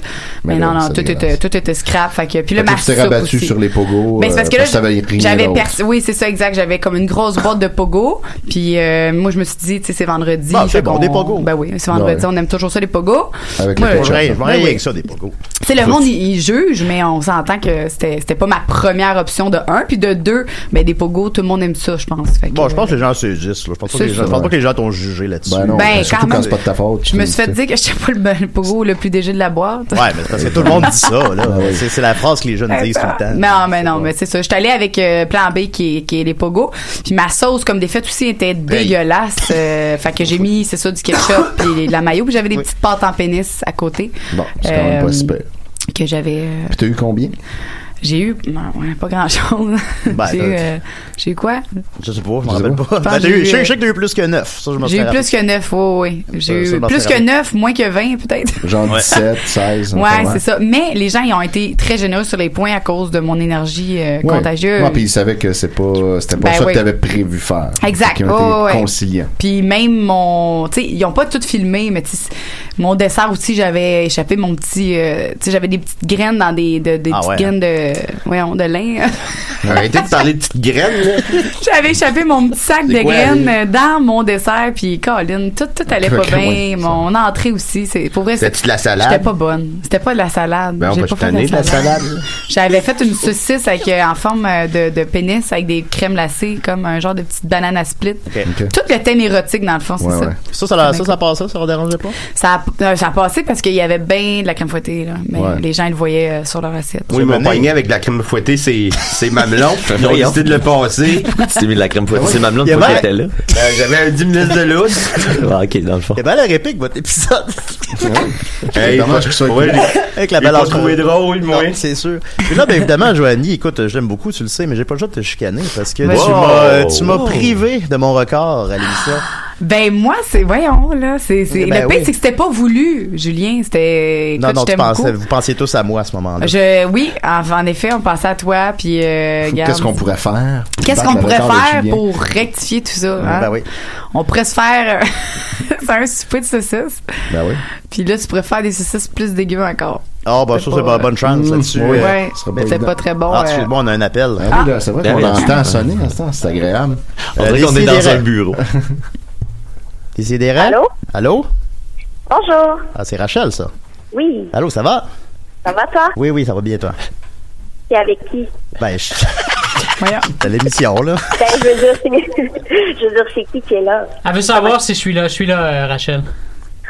Mais Mais, là, non, non, c'est tout était dégueulasse. tout était scrap, fait que puis le Fait que tu t'es rabattu sur les pogos, Ben c'est parce euh, que là, parce que t'avais rien j'avais d'autre. perçu- oui, c'est ça exact, j'avais comme une grosse boîte de pogo, puis euh, moi je me suis dit, tu sais, c'est vendredi, Bah, c'est fait bon, qu'on- des pogos. Ben oui, c'est vendredi, Ouais. on aime toujours ça les pogos. Avec Moi, le Je ketchup. rêve, je Ben rêve oui. avec ça, des pogos. C'est le monde, il, il juge, mais on s'entend que c'était c'était pas ma première option de un, puis de deux, ben des pogos, tout le monde aime ça, je pense. Fait que, Bon, je pense que les gens se disent, là. Je pense pas que C'est les gens- je ça. pense pas que les gens t'ont jugé là-dessus. Ben non, Ben, surtout quand quand même. c'est pas de ta faute. Je me suis fait dire que j'étais pas le, ben- le pogo le plus DG de la boîte. Ouais, mais c'est parce que tout le monde dit ça, Ben là. C'est c'est la phrase que les jeunes disent tout le temps. Non, mais non, mais c'est ça. Je suis allée avec euh, Plan B qui est, qui est les pogos. Puis ma sauce, comme des fêtes aussi, était dégueulasse. Euh, fait que j'ai mis, c'est ça, du ketchup puis de la mayo. Puis j'avais des petites pâtes en pénis à côté. Bon, c'est quand même Euh, pas super. Que j'avais... euh, Puis t'as eu combien? J'ai eu, non, ouais, pas grand chose. Ben, j'ai, eu, t'as- euh, j'ai eu quoi? Je sais pas, je m'en rappelle pas. Attends, Ben, j'ai j'ai eu- eu, je sais euh, je sais que t'as eu plus que 9. Ça, je m'en J'ai eu plus que 9, oui, oui. J'ai Ça, ça, eu je m'en plus serais que rappelé. 9, moins que 20 peut-être. Genre Ouais. 17, 16. Ouais, c'est ça. Mais les gens, ils ont été très généreux sur les points à cause de mon énergie euh, contagieuse. Ouais, puis ils savaient que c'est pas, c'était pas Ben ça oui. que t'avais prévu faire. Exact. Ils Oh, ont été ouais. conciliants. Puis même mon, tu sais, ils ont pas tout filmé, mais tu sais, mon dessert aussi, j'avais échappé mon petit, euh, tu sais, j'avais des petites graines dans des, de- des Ah, petites ouais. graines de, voyons, de hein. lin. Arrêtez de parler de petites graines, là. j'avais échappé mon petit sac de C'est quoi, graines elle? euh, dans mon dessert, puis Colin, tout, tout allait pas Ok, ouais, bien. Mon entrée aussi, c'est pour vrai, C'était-tu de la salade? C'était pas bonne. C'était pas de la salade. Ben, on J'ai va pas se fait tanner de la salade. J'avais fait une saucisse avec, euh, en forme euh, de, de pénis avec des crèmes glacées, comme un genre de petite banane à split. Tout le thème érotique, dans le fond, c'est ça. Ça, ça, la- C'est ça, bien ça passait, ça ne dérangeait pas? Ça a, euh, ça a passé parce qu'il y avait bien de la crème fouettée, là. Mais Ouais. les gens, ils le voyaient euh, sur leur assiette. Oui, ils m'ont pogné avec de la crème fouettée, c'est, c'est mamelon. Ils ont Voyons. décidé de le passer. Pourquoi tu t'es mis de la crème fouettée? Ah oui. C'est mamelon, Il y pourquoi avait- t'étais là? Ben, j'avais un 10 minutes de lousse. Ah, ok, dans le fond. C'est bien la réplique, votre épisode. Hey, Dommage moi, qu'il soit ouais, écrit. avec la J'ai balance. pas trouvé drôle, moi. ben, euh, Non, C'est sûr. Puis là, ben, évidemment, Joanie, écoute, je l'aime beaucoup, tu le sais, mais j'ai pas le choix de te chicaner parce que Ouais. tu Wow. m'as- euh, tu m'as Wow. privé de mon record à l'émission. Ben, moi, c'est, voyons, là. C'est, c'est- Ben le pire, oui. c'est que c'était pas voulu, Julien. C'était, Non, écoute, non, je tu t'aime pensais, beaucoup. vous pensiez tous à moi à ce moment-là. Je, oui, en, en effet, on pensait à toi, puis euh, regarde. Qu'est-ce qu'on pourrait faire? pour Qu'est-ce battre qu'on le pourrait record de faire Julien? pour rectifier tout ça? Ah, hein? Ben oui. On pourrait se faire euh, c'est un souper de saucisses. Ben oui. Puis là, tu pourrais faire des saucisses plus dégueu encore. Ah, bah, ça, c'est pas bonne chance Mmh, là-dessus. oui. Euh, Ouais, ce serait mais c'est évident. pas très bon, Ah, euh. excuse-moi, on a un appel. Ah oui, là, c'est vrai Ah. qu'on Ben, l'entend oui. sonner en ce temps, c'est agréable. On dirait qu'on est dans un bureau. des Allô? Allô? Bonjour. Ah, c'est Rachel, ça. Oui, Allô, ça va? ça va toi? Oui, oui, ça va bien, toi. C'est avec qui? Ben, je... T'as l'émission, là. Ben, je veux dire, c'est, je veux dire, c'est qui qui est là? Elle veut savoir si je suis là. Je suis là, euh, Rachel.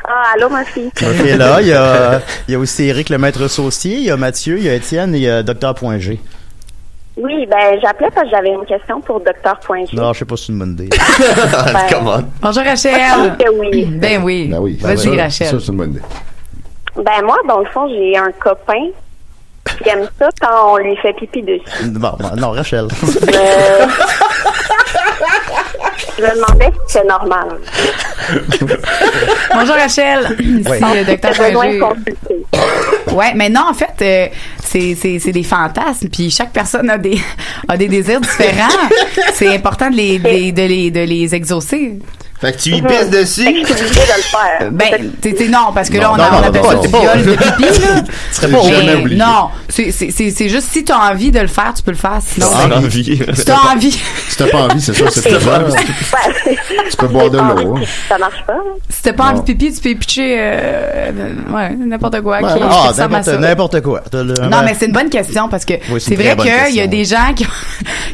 Ah, allô, ma fille. Ok, là, il y a, il y a aussi Eric le maître saucier, il y a Mathieu, il y a Étienne et il y a Docteur.g. Oui, ben, j'appelais parce que j'avais une question pour Docteur.g. Non, je sais pas si c'est une bonne idée. Ah, Ben, Comment? Bonjour, Rachel. Ben oui. Ben oui. Ben oui. Vas-y, Ça, Rachel. Ça, c'est une bonne idée. Ben, moi, dans le fond, j'ai un copain qui aime ça quand on lui fait pipi dessus. Bon, bon, non, Rachel. Euh, je me demandais si c'est normal. Bonjour Rachel, ici Oui. le docteur T'as besoin de Roger. Ouais, mais non, en fait, euh, c'est, c'est, c'est des fantasmes, puis chaque personne a des, a des désirs différents. c'est important de les, de, les- de les, de les exaucer. Fait que tu y pisses dessus. Mhm. Je suis obligée de le faire. Ben, t'es- t'es- non, parce que là, Non, on, non, a, on non, appelle non, ça non, du non. viol de pipi, là. Tu serais pas Mais jamais obligé. Non, Ah, c'est, c'est, c'est, c'est juste si t'as envie de le faire, tu peux le faire, sinon... Ah, ben, envie. Si t'as envie... Si t'as pas envie, c'est ça, c'est Si t'as plus pas grave. envie. Tu peux boire de Ah, l'eau. hein. Ça marche pas. hein? Si t'as pas envie Non. de pipi, tu peux pitcher euh, ouais, n'importe quoi. Ouais, qui- qui ah, ressemble à n'importe- ça. n'importe quoi. T'as le- Non, mais c'est une bonne question parce que Oui, c'est c'est une vrai très bonne qu'il y a question. des gens qui ont,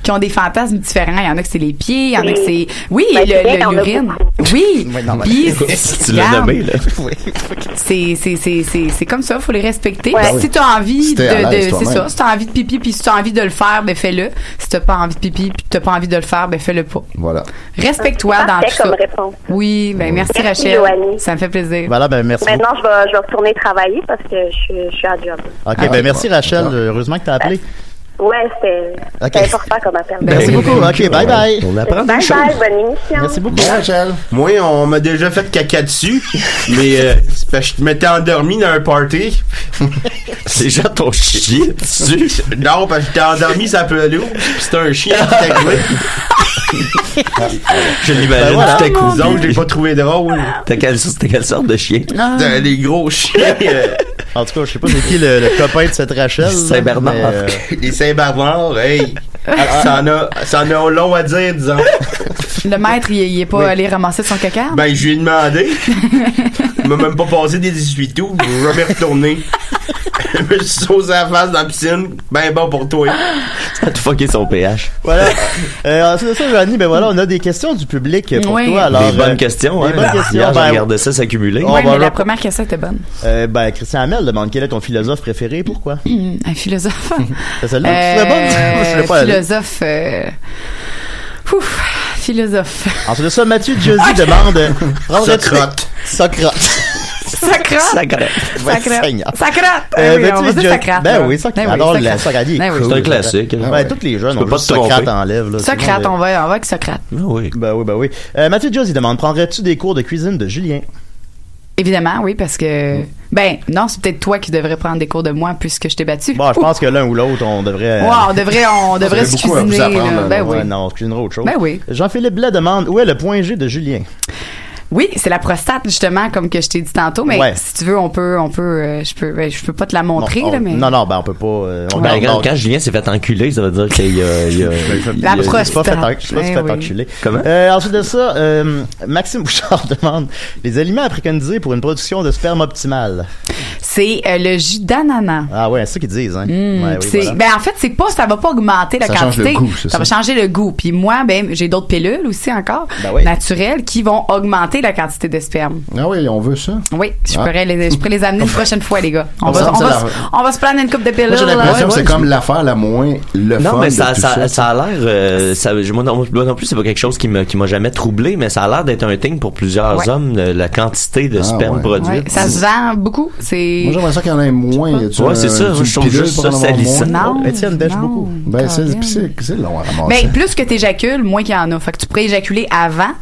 qui ont des fantasmes différents. Il y en a que c'est les pieds, il y en a que c'est. Oui, Ben, c'est vrai, le- il y en le- a l'urine. Oui. mais- Puis, tu l'as regarde, nommé, là. C'est, c'est, c'est, c'est, c'est comme ça, faut les respecter. Ouais. Puis Si t'as envie Si de, t'es à de- l'aise c'est toi-même. ça, si t'as envie de pipi, puis si t'as envie de le faire, ben fais-le. Si t'as pas envie de pipi, puis t'as pas envie de le faire, ben fais-le pas. Voilà. Respecte-toi Ah, C'est dans parfait tout ça. comme réponse. Oui, ben merci, Merci, Rachel, Joanie. ça me fait plaisir. Voilà, ben merci. beaucoup. Maintenant, je vais, je vais retourner travailler parce que je, suis- je suis à job. Ok, Ah, ben merci Rachel, heureusement que t'as appelé. Ouais, c'est Ok. c'est important comme appel. Merci beaucoup, ok, bye bye. On Bye bye, bonne émission. Merci beaucoup. Moi, on m'a déjà fait caca dessus, mais euh, c'est parce que je m'étais endormi dans un party. C'est genre ton chien dessus? Non, parce que j'étais endormi sur la pelouse, puis c'était un chien qui était joué. Ben Je l'imagine, Ben voilà. tout Ah, à coup. Donc, je l'ai pas trouvé drôle. T'as quelle, t'as quelle sorte de chien? Des des gros chiens. euh, En tout cas, je sais pas c'est qui le, le copain de cette Rachel. euh, Saint-Bernard. Les Saint-Bernard, euh, hey! ça, en a, ça en a long à dire, disons. Ah. Le maître, il, est- il est pas Oui. allé ramasser son caca? Ben, je lui ai demandé. Il m'a même pas passé des 18 tours. Je suis jamais retourné. Je me suis saucé à la face dans la piscine. Ben bon pour toi. Ça a tout fucké son pH. Voilà. Euh, ensuite de ça, Joanie, ben voilà, on a des questions du public pour Oui. toi. Alors, des bonnes euh, questions, hein? Des bonnes questions. Hier, je ben, regardais ça s'accumuler. Oh, Ouais, mais bonjour. la première question était bonne. euh, ben, Christian Hamel demande quel est ton philosophe préféré, pourquoi? Hum, un philosophe. C'est celle-là que tu Euh, l'as bonne? Moi, je l'ai pas allée. philosophe. euh, ouf, philosophe. Ensuite de ça, Mathieu Josie demande euh, prendrais-tu- Socrate. Socrate. Ça crotte. Ça crotte. Ça crotte. Seigneur. Ça crotte. Euh, Eh oui, veux-tu on va dire déjà- ça crotte. Ben là. oui, ça Eh crotte. Alors, ça la crotte. Socrate, il est Eh oui. cool. C'est un classique, hein. Ouais, tous les jeunes ont juste Socrate en lèvres, là. Socrate, Tout le on monde va, on va avec Socrate. Oui. Ben oui, ben oui. Euh, Mathieu Jones, il demande Prendrais-tu des cours de cuisine de Julien Hmm. Évidemment, oui, parce que. Ben, non, c'est peut-être toi qui devrais prendre des cours de moi puisque je t'ai battu. Bon, je pense que l'un ou l'autre, on devrait. euh, Ouais, on devrait- on devrait aurait se beaucoup à vous cuisiner, apprendre, là. Ben Ouais, oui. Non, on se cuisinera autre chose. Ben oui. Jean-Philippe Blais demande Où est le point G de Julien Oui, c'est la prostate justement, comme que je t'ai dit tantôt. Mais Ouais. si tu veux, on peut, on peut, euh, je peux, ben, je peux pas te la montrer on- là, mais Non, non, ben on peut pas. euh, on Ben, regarde- quand, non. quand Julien s'est fait enculer, ça veut dire qu'il y a. il y a- il y a- La Je suis pas fait prostate. en- je suis pas fait Eh oui. enculer. Euh, ensuite de ça, euh, Maxime Bouchard demande les aliments à préconiser pour une production de sperme optimale. c'est euh, le jus d'ananas. Ah ouais, c'est ça qu'ils disent. Hein. Mm, Ouais, oui, c'est- voilà. ben en fait c'est pas ça va pas augmenter la Ça change le quantité goût, c'est ça va ça. changer le goût puis moi ben j'ai d'autres pilules aussi encore Ben oui. naturelles qui vont augmenter la quantité de sperme Ah oui, on veut ça. oui je Ah. pourrais les je pourrais les amener une prochaine fois les gars on On va va- on va, ça, se- là. on va se prendre une coupe de pilules Moi, j'ai l'impression là. que c'est comme l'affaire la moins le non, fun mais de ça, tout ça, ça. ça a l'air. euh, ça- moi, non, moi non plus, c'est pas quelque chose qui m'a qui m'a jamais troublé, mais ça a l'air d'être un thing pour plusieurs Ouais. hommes, euh, la quantité de Ah, sperme ouais. produite. Ouais, ça se vend beaucoup c'est Moi, j'aimerais ça qu'il y en ait moins. Y a-tu Ouais, un- c'est ça, une je trouve pilule juste pour ça en avoir salissant. moins? Non, Étienne dèche beaucoup. Ben, c'est c'est- c'est long à ramasser. ben plus que t'éjacules moins qu'il y en a fait que tu pourrais éjaculer avant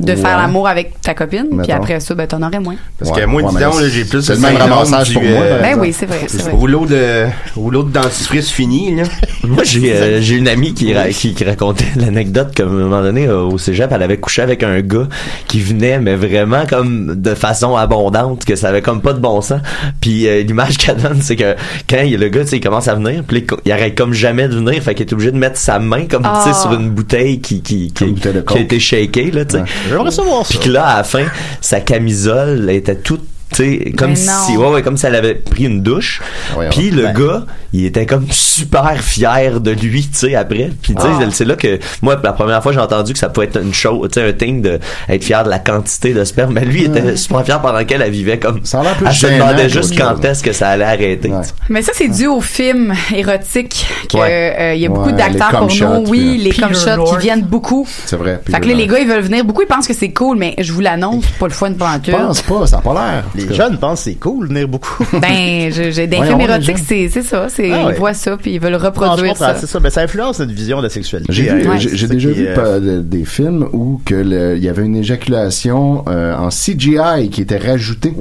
de Ouais. faire l'amour avec ta copine puis Mettons. après ça ben t'en aurais moins Parce Ouais, que moi, ouais, disons, mais là, c'est- j'ai plus c'est le même syndrome ramassage du, pour moi, euh, par Ben exemple. oui, c'est vrai, c'est vrai. Rouleau de, rouleau de dentifrice fini, là. Moi, j'ai euh, j'ai une amie qui, ra- qui, qui racontait l'anecdote comme à un moment donné euh, au cégep, elle avait couché avec un gars qui venait, mais vraiment comme de façon abondante, que ça avait comme pas de bon sens. Puis euh, l'image qu'elle donne, c'est que quand il, le gars, tu sais, il commence à venir, puis là, il co- il arrête comme jamais de venir, fait qu'il est obligé de mettre sa main comme, tu Ah. sais, sur une bouteille qui, qui, qui, qui a été shakée, là, tu sais. J'aimerais savoir ça. Puis que là, à la fin, sa camisole était toute tu sais, comme Mais si non. ouais, ouais, comme si elle avait pris une douche puis le gars il était comme super fier de lui tu sais après puis tu sais, Ah. c'est là que moi la première fois j'ai entendu que ça pouvait être une chose tu sais un thing de être fier de la quantité de sperme mais lui il était super fier pendant qu'elle elle vivait comme ça plus elle se gênant demandait qu'autre juste chose. quand est-ce que ça allait arrêter tu sais. Mais ça, c'est dû aux films érotiques que Ouais. euh, il y a Ouais, beaucoup les d'acteurs cum pour shots, nous, oui, puis- euh, les Peter comme shots qui Lorre. viennent beaucoup. C'est vrai. Fait que là, les gars, ils veulent venir beaucoup, ils pensent que c'est cool, mais je vous l'annonce, c'est pas le fun de Je aventure. pense pas, ça n'a pas l'air. Les jeunes pensent que c'est cool venir beaucoup. Ben, je- j'ai des Voyons films voir les érotiques, c'est c'est ça, c'est Ah ouais. ils voient ça puis ils veulent Non, je reproduire comprends, ça. c'est ça. Ben, ça influence notre vision de la sexualité. J'ai hein. vu- j'ai- C'est j'ai ça déjà qui, vu euh, pas de- des films où que le- il y avait une éjaculation euh, en CGI qui était rajoutée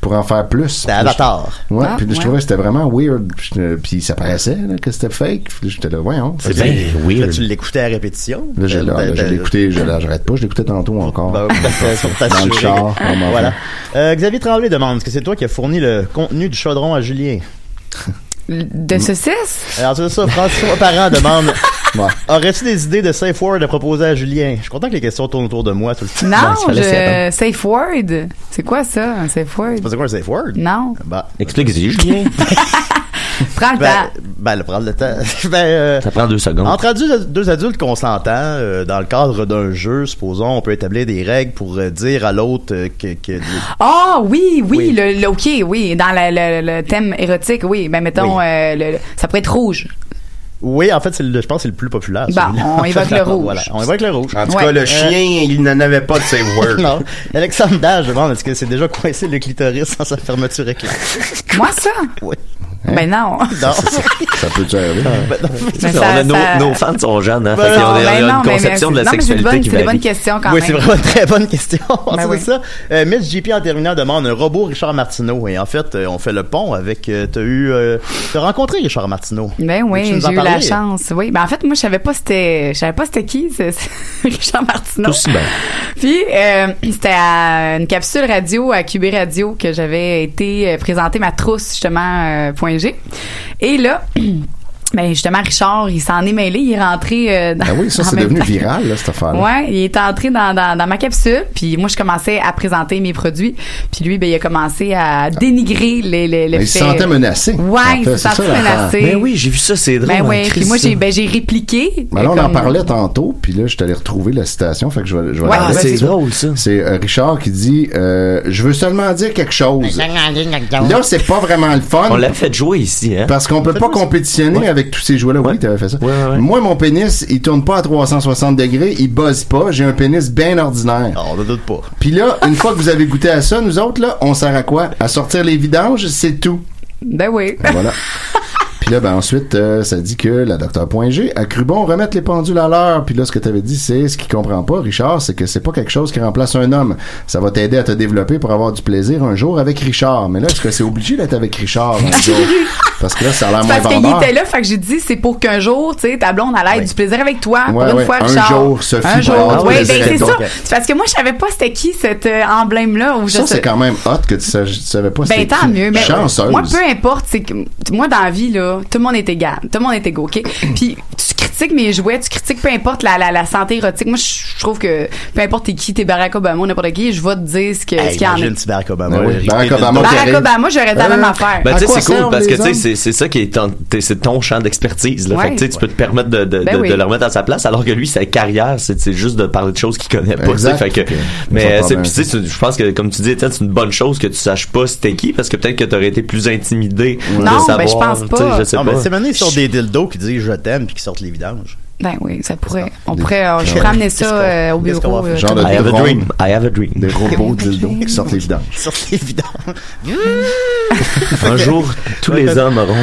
pour en faire plus. C'était Avatar. Ouais, Ah, puis je ouais. trouvais que c'était vraiment weird. Puis je- Puis ça paraissait là, que c'était fake. Puis J'étais là, voyons. C'est Fait que- bien weird. Tu l'écoutais à répétition. Ah, Là, Ben, j'ai- là, là, je l'ai écouté, je là, j'arrête pas, je l'écoutais tantôt encore. Bah, dans le char. dans mon Voilà. Euh, Xavier Tremblay demande est-ce que c'est toi qui as fourni le contenu du chaudron à Julien De saucisse? Alors, c'est ça, François Parent demande Aurais-tu des idées de safe word à proposer à Julien Je suis content que les questions tournent autour de moi tout le temps. Non, je... Ben, safe word. C'est quoi ça, un safe word? C'est quoi un safe word Non. Bah. Explique-y, Julien. Prends le Ben, temps. ben, le prendre le temps. ben, euh, ça prend deux secondes Entre adu- deux adultes consentants, euh, dans le cadre d'un jeu, supposons, on peut établir des règles pour euh, dire à l'autre euh, que, que- Ah oui, oui, Le, le- ok, oui, dans la- le, le thème érotique, oui. Ben mettons, Oui. euh, le- le- ça pourrait être rouge. Oui, en fait, c'est le, je pense que c'est le plus populaire. Bon, celui-là. Bah, on évoque le rouge. Voilà, on évoque le rouge. Euh, En tout cas, euh, le chien, il n'en avait pas de save word. non. Alexandre Dage demande est-ce que c'est déjà coincé le clitoris sans sa fermeture éclair Moi ça? Oui. Ben non. Non. Ça peut déjà arriver. on ça- a nos, ça- nos fans sont jeunes hein, fait Ben qu'ils ont- non, ils ont ben non, une mais- conception mais de c'est- non, mais la c'est une sexualité bonne- qui c'est une varie. bonne question quand même. oui, Ben c'est vraiment une très bonne question. c'est oui. ça. Euh, Miss JP en terminant demande un robot Richard Martineau. Et en fait, euh, on fait le pont avec. euh, t'as eu. euh, t'as rencontré Richard Martineau. Ben Tu oui, nous en j'ai eu la parlais. chance. Oui. Ben en fait, moi je savais pas c'était, je savais pas c'était qui, c'est- c'est Richard Martineau. Puis euh, c'était à une capsule radio à QB Radio que j'avais été euh, présenter ma trousse justement euh, point G. Et là. Ben justement, Richard, il s'en est mêlé, il est rentré euh, dans, Ah oui, ça, en c'est même devenu temps. viral, là, cette affaire-là. Ouais, il est entré dans, dans, dans ma capsule, puis moi je commençais à présenter mes produits, puis lui ben il a commencé à dénigrer les Mais les les Ben, il se sentait menacé. euh, Ouais, En il fait, se c'est ça, sentait l'affaire. menacé. Ben oui, j'ai vu ça, c'est Ben Ah, drôle, hein, ouais, Christ, puis moi j'ai ça. ben j'ai répliqué. Mais là, on Comme- en parlait tantôt, puis là, je suis allé retrouver la citation, fait que je vais, je vais Ouais, la lire. c'est drôle, ça. Ah, C'est euh, Richard qui dit euh, Je veux seulement dire quelque chose. » Là, c'est pas vraiment le fun. on l'a fait jouer ici hein? Parce qu'on peut pas compétitionner Ouais. avec tous ces jouets-là. Oui, t'avais fait ça. Moi, mon pénis, il tourne pas à 360 degrés, il buzz pas. J'ai un pénis bien ordinaire. Ah, On ne doute pas. Puis là, une fois que vous avez goûté à ça, nous autres, là, on sert à quoi? À sortir les vidanges, c'est tout. Ben oui. Ben voilà. Puis là, ben ensuite, euh, ça dit que la docteur Point G a cru bon remettre les pendules à l'heure. Puis là, ce que tu avais dit, c'est ce qu'il comprend pas, Richard, c'est que c'est pas quelque chose qui remplace un homme. Ça va t'aider à te développer pour avoir du plaisir un jour avec Richard. Mais là, est-ce que c'est obligé d'être avec Richard un jour? Parce que là, ça a l'air C'est moins parce qu'il vendeur. était là, fait que j'ai dit, c'est pour qu'un jour, tu sais, ta blonde, elle ait du plaisir avec toi. pour Ouais, une ouais. fois, Un Richard. jour, Ah Sophie, Un pour avoir jour. du Oui, ben, plaisir c'est avec ça. toi. C'est parce que moi, je savais pas c'était qui, cet euh, emblème-là. ou je Ça, sais- c'est quand même hot que tu sais- tu savais pas ben c'était tant qui. mieux. Mais Chanceuse. Moi, peu importe, c'est que moi dans la vie là, tout le monde est égal, tout le monde est égaux, ok. Puis tu critiques mes jouets, tu critiques peu importe la, la, la santé érotique. Moi, je je trouve que peu importe t'es qui, t'es Barack Obama, ou n'importe qui, je vais te dire ce que- ce Hey, qu'il y en a. imagine si Barack Obama. Ben oui, aurait Barack été dedans. Obama qui Barack arrive. Obama, j'aurais la Euh, même affaire. Ben, tu sais, quoi c'est cool servent parce que les tu sais, hommes? c'est c'est ça qui est ton, t'es- c'est ton champ d'expertise. là. Ouais. Fait que, tu sais, tu peux te permettre de, de, Ben de- de oui. le remettre à sa place, alors que lui, sa carrière, c'est c'est juste de parler de choses qu'il connaît pas. tu sais. Exact. Fait que, Ok. Ça mais euh, parle c'est- bien. puis, tu sais, c'est- je pense que, comme tu dis, Étienne, c'est une bonne chose que tu saches pas c'était qui, parce que peut-être que t'aurais été plus intimidé de Non, ben, je savoir. pense pas. tu sais, Je sais Non, pas. mais c'est maintenant, ils sortent des dildos qui disent je t'aime puis qui sortent les vidanges. Ben oui, ça pourrait. On pourrait, euh, je pourrais ramener ça euh, au Qu'est-ce qu'on bureau. va euh, faire? Genre de I have a drone. dream. I have a dream. Des robots dildos qui sortent les vidanges. Ils sortent les vidanges. Un jour, tous les hommes auront.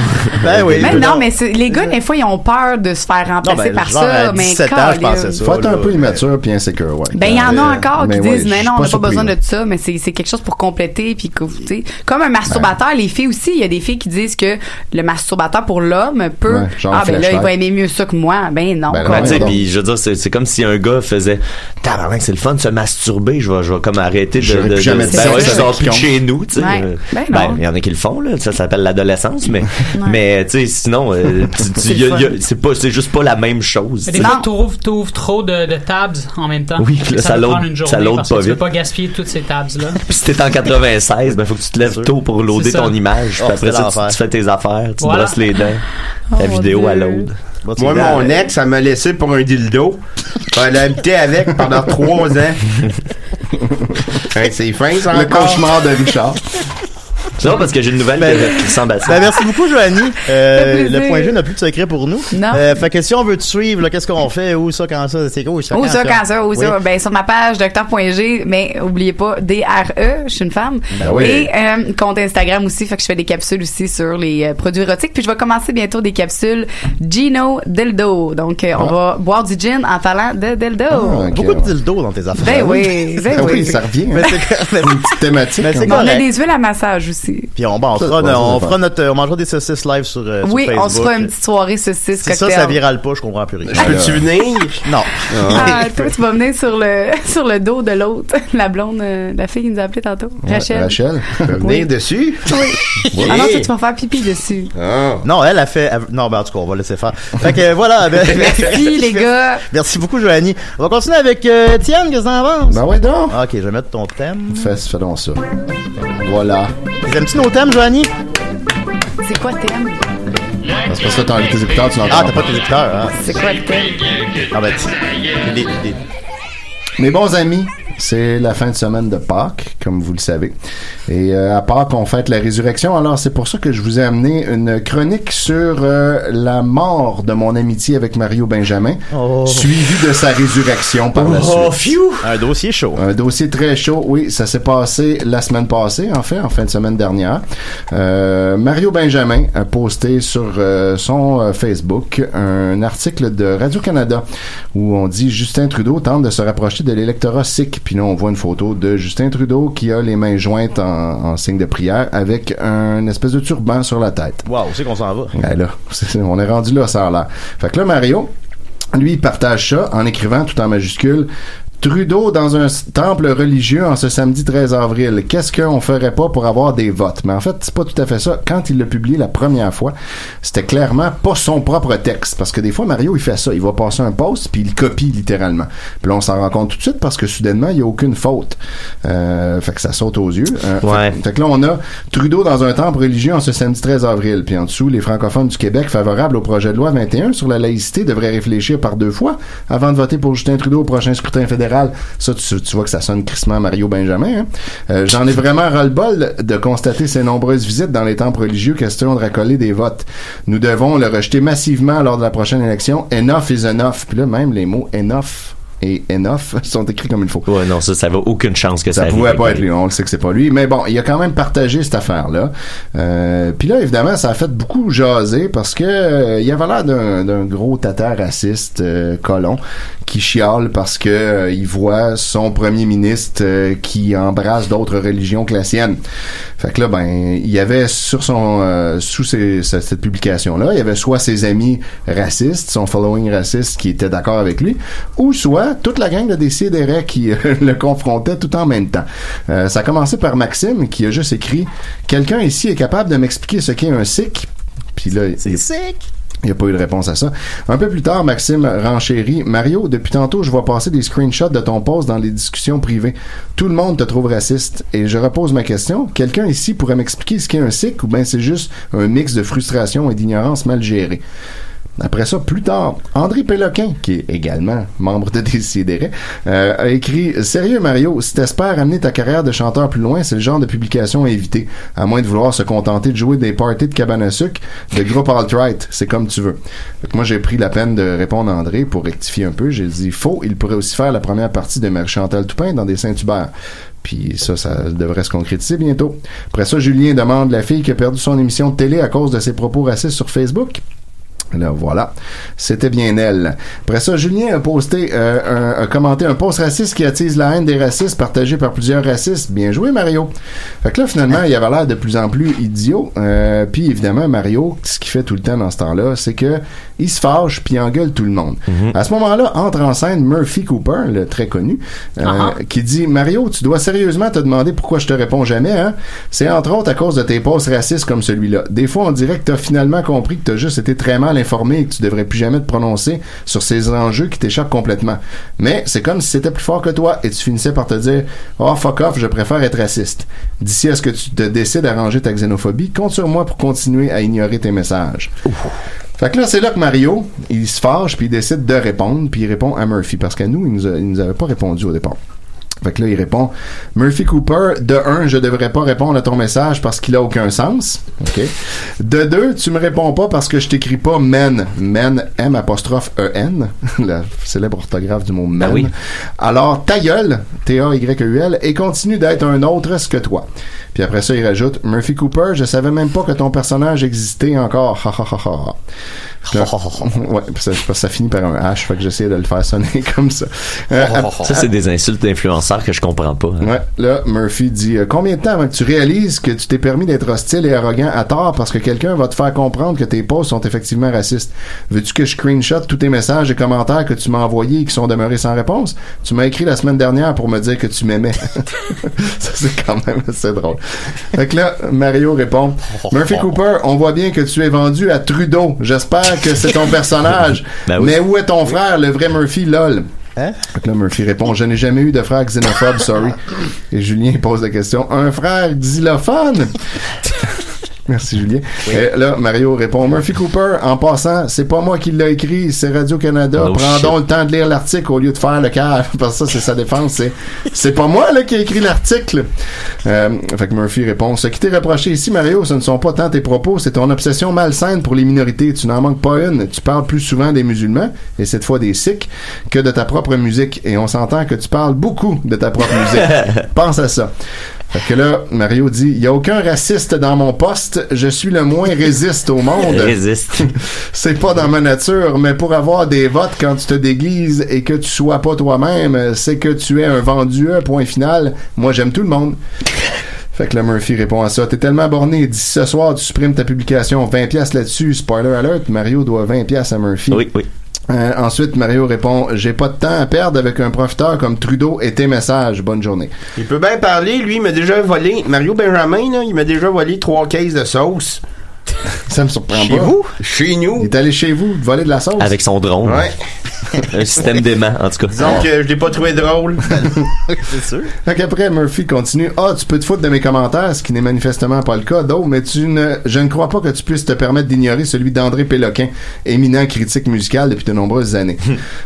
Ben oui. Mais non, mais c'est- les gars, des fois, ils ont peur de se faire remplacer Non, ben, par genre, ça. à Mais 17 ans, je pensais câlin. ça. Faut être un là, peu immature puis insécure, ouais. Ben, il y en a Euh, encore qui mais ouais, disent, je mais suis non, on n'a pas surpris, besoin là. de ça, mais c'est c'est quelque chose pour compléter, puis que, tu sais, comme un masturbateur, les filles aussi, il y a des filles qui disent que le masturbateur pour l'homme peut, Ouais, genre ah, ben là, il flashlight. va aimer mieux ça que moi. Ben non. Ben, quoi. Ben, tu sais, non. puis je veux dire, c'est c'est comme si un gars faisait Tabarnak, c'est le fun de se masturber, je vais, je vais comme arrêter de. J'aurais de, plus de- jamais ben dit ça, ouais, je ça sors qui plus de compte. chez nous, tu sais. Ouais. Euh, Ben Ben, non. il y en a qui le font, là. Ça s'appelle l'adolescence, mais, mais tu sais, sinon, euh, tu- tu- C'est y a- le fun. y a- c'est pas, c'est juste pas la même chose. Mais tu des sais. fois, t'ouvres, t'ouvres trop de, de tabs en même temps. Oui, puis là, ça, ça peut load- prendre une journée ça load parce pas que tu peux vite. pas gaspiller toutes ces tabs-là. Puis si t'es en 96, ben faut que tu te lèves tôt pour loader C'est ça. ton image. Oh, Puis après c'est ça, l'enfer. tu, tu fais tes affaires, tu Voilà. brosses les dents. Oh, La mon vidéo à Dieu. l'aude. Bon, tu Moi, viens, mon euh, ex, elle m'a laissé pour un dildo. Elle a habité avec pendant trois ans. Hein, c'est fin, ça, Le encore. cauchemar de Richard. C'est drôle parce que j'ai une nouvelle de Christian Bastien. Ben, merci beaucoup, Joanie. Euh, plaisir. le point G n'a plus de secret pour nous. Non. Euh, fait que si on veut te suivre, là, qu'est-ce qu'on fait? Où ça, quand ça? C'est quoi? Ou ça, quand ça, ou Oui. ça. Ben, sur ma page docteur.g, mais oubliez pas, D-R-E, je suis une femme. Ben oui. Et euh, compte Instagram aussi, fait que je fais des capsules aussi sur les euh, produits érotiques. Puis je vais commencer bientôt des capsules Gino Dildo. Donc, euh, on va boire du gin en parlant de Dildo. Ah, ok, Beaucoup de ouais. dildos dans tes Ben affaires. oui, ben Ah oui. oui, ça revient. hein. Mais c'est quand même- Une petite thématique. Mais c'est hein. Mais on a correct. des huiles à massage aussi. Puis on, ben, on, Ça, fera, c'est pas on ça, fera notre, on mangera des saucisses live sur, euh, sur Oui, Facebook. on se fera une petite soirée saucisse Si cocktail. ça, ça virale pas, je comprends plus rien. Je peux-tu venir? Non. Ah, toi, tu vas venir sur le, sur le dos de l'autre, la blonde, euh, la fille qui nous a appelé tantôt. Ouais, Rachel. Rachel. Je peux venir dessus? Oui. Ah non, toi, tu vas faire pipi dessus. Ah. Non, elle a fait. elle- Non, ben en tout cas, on va laisser faire. Fait que euh, voilà. ben- Merci, les gars. Merci beaucoup, Joanie. On va continuer avec euh, Étienne, qu'est-ce que t'en penses? Ah, Ben ouais, donc. Ok, je vais mettre ton thème. Fais, fais donc ça. Voilà. Aimes-tu nos thèmes, Joanie? C'est quoi le thème? C'est parce que t'as enlevé tes écouteurs, tu l'entends. Ah, t'as pas tes écouteurs, hein? C'est quoi le thème? Ah, ben, tu- les- les- Mes bons amis, c'est la fin de semaine de Pâques, comme vous le savez. Et euh, à Pâques, on fête la résurrection. Alors, c'est pour ça que je vous ai amené une chronique sur euh, la mort de mon amitié avec Mario Benjamin, Oh. suivie de sa résurrection Oh, par la suite. Un dossier chaud. Un dossier très chaud, oui, ça s'est passé la semaine passée, en fait, en fin de semaine dernière. Euh, Mario Benjamin a posté sur euh, son euh, Facebook un article de Radio-Canada où on dit Justin Trudeau tente de se rapprocher de l'électorat sikh. Puis là, on voit une photo de Justin Trudeau qui a les mains jointes en, en signe de prière avec un espèce de turban sur la tête. Waouh, c'est qu'on s'en va. Ouais, Eh là, c'est- on est rendu là, ça a l'air. Fait que là, Mario, lui, il partage ça en écrivant tout en majuscule. Trudeau dans un s- temple religieux en ce samedi 13 avril. Qu'est-ce qu'on ferait pas pour avoir des votes? Mais en fait, c'est pas tout à fait ça. Quand il l'a publié la première fois, c'était clairement pas son propre texte. Parce que des fois, Mario, il fait ça. Il va passer un post, puis il le copie littéralement. Puis là, on s'en rend compte tout de suite parce que soudainement, il n'y a aucune faute. Euh, fait que ça saute aux yeux. Euh, Ouais. fait- fait que là, on a Trudeau dans un temple religieux en ce samedi 13 avril. Puis en dessous, les francophones du Québec favorables au projet de loi 21 sur la laïcité devraient réfléchir par deux fois avant de voter pour Justin Trudeau au prochain scrutin fédéral. fédéral. Ça, tu, tu vois que ça sonne crissement Mario Benjamin. hein. Euh, J'en ai vraiment ras-le-bol de constater ces nombreuses visites dans les temples religieux, question de racoler des votes. Nous devons le rejeter massivement lors de la prochaine élection. Enough is enough. Puis là, même les mots enough et enough sont écrits comme il faut. Ouais, non, ça, ça va aucune chance que ça ça, arrive. pouvait pas être lui, on le sait que c'est pas lui. Mais bon, il a quand même partagé cette affaire-là. Euh, Puis là, évidemment, ça a fait beaucoup jaser parce que euh, il avait l'air d'un d'un gros tata raciste euh, colon qui chiale parce que euh, il voit son premier ministre euh, qui embrasse d'autres religions que la sienne. Fait que là, ben, il y avait sur son euh, sous ces- ce- cette publication-là, il y avait soit ses amis racistes, son following raciste qui était d'accord avec lui, ou soit toute la gang de décidérés qui euh, le confrontait tout en même temps. Euh, ça a commencé par Maxime qui a juste écrit Quelqu'un ici est capable de m'expliquer ce qu'est un sikh Puis là, c'est il n'y a pas eu de réponse à ça. Un peu plus tard, Maxime renchérit. Mario, depuis tantôt, je vois passer des screenshots de ton post dans les discussions privées. Tout le monde te trouve raciste. Et je repose ma question. Quelqu'un ici pourrait m'expliquer ce qu'est un sikh ou bien c'est juste un mix de frustration et d'ignorance mal gérée? Après ça, plus tard, André Péloquin, qui est également membre de Décideret, euh, a écrit « Sérieux, Mario, si t'espères amener ta carrière de chanteur plus loin, c'est le genre de publication à éviter, à moins de vouloir se contenter de jouer des parties de cabane à sucre, de groupe alt-right, c'est comme tu veux. » Fait que Moi, j'ai pris la peine de répondre à André pour rectifier un peu. J'ai dit « Faux, il pourrait aussi faire la première partie de Marie-Chantal Toupin dans des Saint-Hubert. » Puis ça, ça devrait se concrétiser bientôt. Après ça, Julien demande la fille qui a perdu son émission de télé à cause de ses propos racistes sur Facebook. Là, voilà. C'était bien elle. Après ça, Julien a posté, euh, un- a commenté un post raciste qui attise la haine des racistes partagé par plusieurs racistes. Bien joué, Mario. Fait que là, finalement, il avait l'air de plus en plus idiot. Euh, puis évidemment, Mario, ce qu'il fait tout le temps dans ce temps-là, c'est que il se fâche puis il engueule tout le monde. Mhm. À ce moment-là, entre en scène Murphy Cooper, le très connu, euh, Ah ah. qui dit Mario, tu dois sérieusement te demander pourquoi je te réponds jamais, hein? C'est entre autres à cause de tes posts racistes comme celui-là. Des fois, on dirait que t'as finalement compris que t'as juste été très mal informé et que tu devrais plus jamais te prononcer sur ces enjeux qui t'échappent complètement. Mais c'est comme si c'était plus fort que toi et tu finissais par te dire Oh fuck off, je préfère être raciste. D'ici à ce que tu te décides à ranger ta xénophobie, compte sur moi pour continuer à ignorer tes messages. Fait que là, c'est là que Mario, il se fâche, puis il décide de répondre, puis il répond à Murphy, parce qu'à nous, il nous, a- il nous avait pas répondu au départ. Fait que là, il répond Murphy Cooper, de un, je devrais pas répondre à ton message parce qu'il a aucun sens. OK. De deux, tu me réponds pas parce que je t'écris pas men. Men, M apostrophe E-N, la célèbre orthographe du mot men. oui. E Alors, ta gueule, T-A-Y-E-U-L, E et continue d'être un autre ce que toi. Puis après ça, il rajoute Murphy Cooper, je savais même pas que ton personnage existait encore. Ha ha ha ha, ha. Puis là- ouais, puis ça, parce que ça finit par un H, fait que j'essayais de le faire sonner comme ça. Euh, Ah, à- Ça, c'est des insultes d'influenceurs que je comprends pas. hein. Ouais, là, Murphy dit euh, Combien de temps avant que tu réalises que tu t'es permis d'être hostile et arrogant à tort parce que quelqu'un va te faire comprendre que tes posts sont effectivement racistes Veux-tu que je screenshot tous tes messages et commentaires que tu m'as envoyés et qui sont demeurés sans réponse Tu m'as écrit la semaine dernière pour me dire que tu m'aimais. Ça, c'est quand même assez drôle. Fait que là, Mario répond Murphy Cooper, on voit bien que tu es vendu à Trudeau. J'espère que c'est ton personnage. Ben oui. Mais où est ton frère, le vrai Murphy, lol Fait que là, Murphy répond Je n'ai jamais eu de frère xénophobe, sorry. Et Julien pose la question Un frère xylophone Merci Julien. Et là, Mario répond Murphy Cooper, en passant, c'est pas moi qui l'a écrit, c'est Radio-Canada. Oh, Prends shit. donc le temps de lire l'article au lieu de faire le cave. Parce que ça, c'est sa défense. C'est, c'est pas moi là, qui ai écrit l'article. Euh, fait que Murphy répond Ce qui t'est reproché ici, Mario, ce ne sont pas tant tes propos, c'est ton obsession malsaine pour les minorités. Tu n'en manques pas une. Tu parles plus souvent des musulmans, et cette fois des sikhs, que de ta propre musique. Et on s'entend que tu parles beaucoup de ta propre musique. Pense à ça. Fait que là, Mario dit, il y a aucun raciste dans mon poste, je suis le moins résiste au monde. Résiste. C'est pas dans ma nature, mais pour avoir des votes quand tu te déguises et que tu sois pas toi-même, c'est que tu es un vendu, un point final. Moi, j'aime tout le monde. Fait que le Murphy répond à ça. T'es tellement borné. D'ici ce soir, tu supprimes ta publication. 20 pièces là-dessus. Spoiler alert, Mario doit 20 pièces à Murphy. Oui, oui. Euh, ensuite, Mario répond J'ai pas de temps à perdre avec un profiteur comme Trudeau et tes messages. Bonne journée. Il peut bien parler, lui, il m'a déjà volé. Mario Benjamin, là, il m'a déjà volé trois cases de sauce. Ça me surprend Chez pas. vous? Chez nous. Il est allé chez vous voler de la sauce. Avec son drone. Ouais. Un système d'aimant, en tout cas. Disons que euh, je l'ai pas trouvé drôle. C'est sûr. Donc après, Murphy continue. Ah, tu peux te foutre de mes commentaires, ce qui n'est manifestement pas le cas. D'autres, mais tu ne, je ne crois pas que tu puisses te permettre d'ignorer celui d'André Péloquin, éminent critique musical depuis de nombreuses années.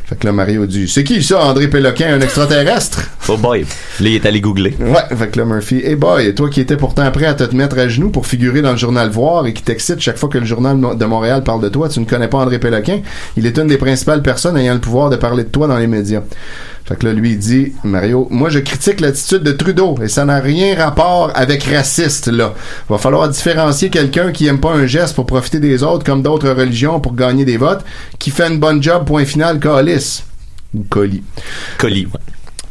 fait que là, Mario dit, c'est qui ça, André Péloquin, un extraterrestre? Oh boy. Là, il est allé googler. Ouais, fait que là, Murphy, hey boy, toi qui étais pourtant prêt à te, te mettre à genoux pour figurer dans le journal Voir et qui t'excite chaque fois que le journal Mo- de Montréal parle de toi, tu ne connais pas André Péloquin. Il est une des principales personnes ayant le pouvoir de parler de toi dans les médias. Fait que là, lui, il dit, Mario, moi, je critique l'attitude de Trudeau et ça n'a rien rapport avec raciste, là. Va falloir différencier quelqu'un qui aime pas un geste pour profiter des autres comme d'autres religions pour gagner des votes, qui fait une bonne job, point final, calice. Ou colis. Colis, ouais.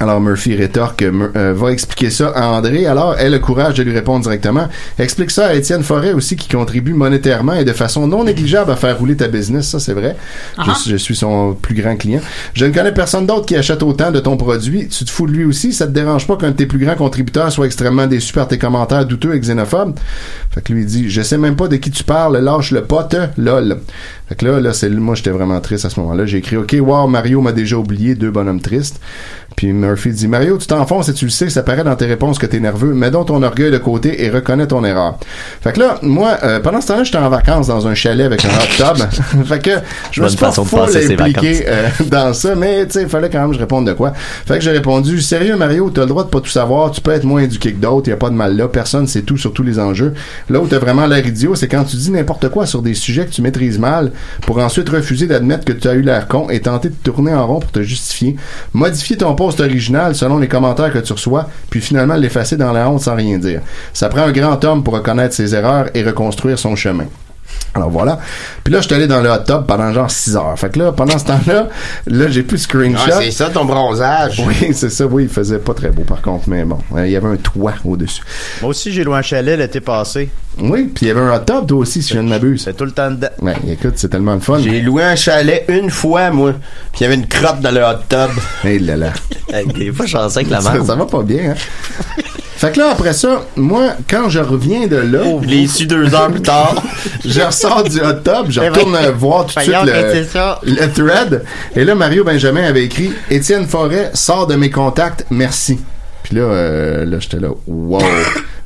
Alors Murphy rétorque, Mur- euh, va expliquer ça à André. Alors elle a le courage de lui répondre directement. Explique ça à Étienne Forêt aussi, qui contribue monétairement et de façon non négligeable à faire rouler ta business. Ça c'est vrai. Je Ah. suis- je, suis son plus grand client. Je ne connais personne d'autre qui achète autant de ton produit. Tu te fous de lui aussi. Ça te dérange pas qu'un de tes plus grands contributeurs soit extrêmement déçu par tes commentaires douteux et xénophobes. Fait que lui il dit, je sais même pas de qui tu parles. Lâche le pote, lol. Fait que là, là, c'est moi j'étais vraiment triste à ce moment-là. J'ai écrit, ok, wow, Mario m'a déjà oublié, deux bonhommes tristes. Puis Murphy dit Mario, tu t'enfonces et tu le sais, ça paraît dans tes réponses que t'es nerveux. Mets donc ton orgueil de côté et reconnais ton erreur. Fait que là, moi, euh, pendant ce temps-là, j'étais en vacances dans un chalet avec un hot tub. fait que je me Bonne suis pas façon de full passer ses impliqué vacances. euh, dans ça, mais tu sais, il fallait quand même que je réponde de quoi. Fait que j'ai répondu Sérieux Mario, t'as le droit de pas tout savoir, tu peux être moins éduqué que d'autres, y a pas de mal là, personne sait tout sur tous les enjeux. Là où t'as vraiment l'air idiot, c'est quand tu dis n'importe quoi sur des sujets que tu maîtrises mal, pour ensuite refuser d'admettre que tu as eu l'air con et tenter de tourner en rond pour te justifier, modifier ton post original selon les commentaires que tu reçois, puis finalement l'effacer dans la honte sans rien dire. Ça prend un grand homme pour reconnaître ses erreurs et reconstruire son chemin. Alors voilà. Puis là, je suis allé dans le hot tub pendant genre 6 heures. Fait que là, pendant ce temps-là, là, j'ai plus screenshot. Ah, c'est ça ton bronzage. Oui, c'est ça. Oui, il faisait pas très beau par contre, mais bon, euh, il y avait un toit au-dessus. Moi aussi, j'ai loué un chalet l'été passé. Oui, puis il y avait un hot tub, toi aussi, si je ne m'abuse. C'est tout le temps dedans. Ouais, écoute, c'est tellement le fun. J'ai loué un chalet une fois, moi. Puis il y avait une crotte dans le hot tub. Hey là là. T'es pas chanceux avec la Ça, merde. ça va pas bien, hein? Fait que là, après ça, moi, quand je reviens de là. Je l'ai su deux heures plus tard. je ressors du hot tub, Eh je retourne vrai. voir tout de suite Voyons que le, c'est ça. le thread. Et là, Mario Benjamin avait écrit Étienne Forêt, sort de mes contacts, merci. Puis là, euh, là j'étais là, wow.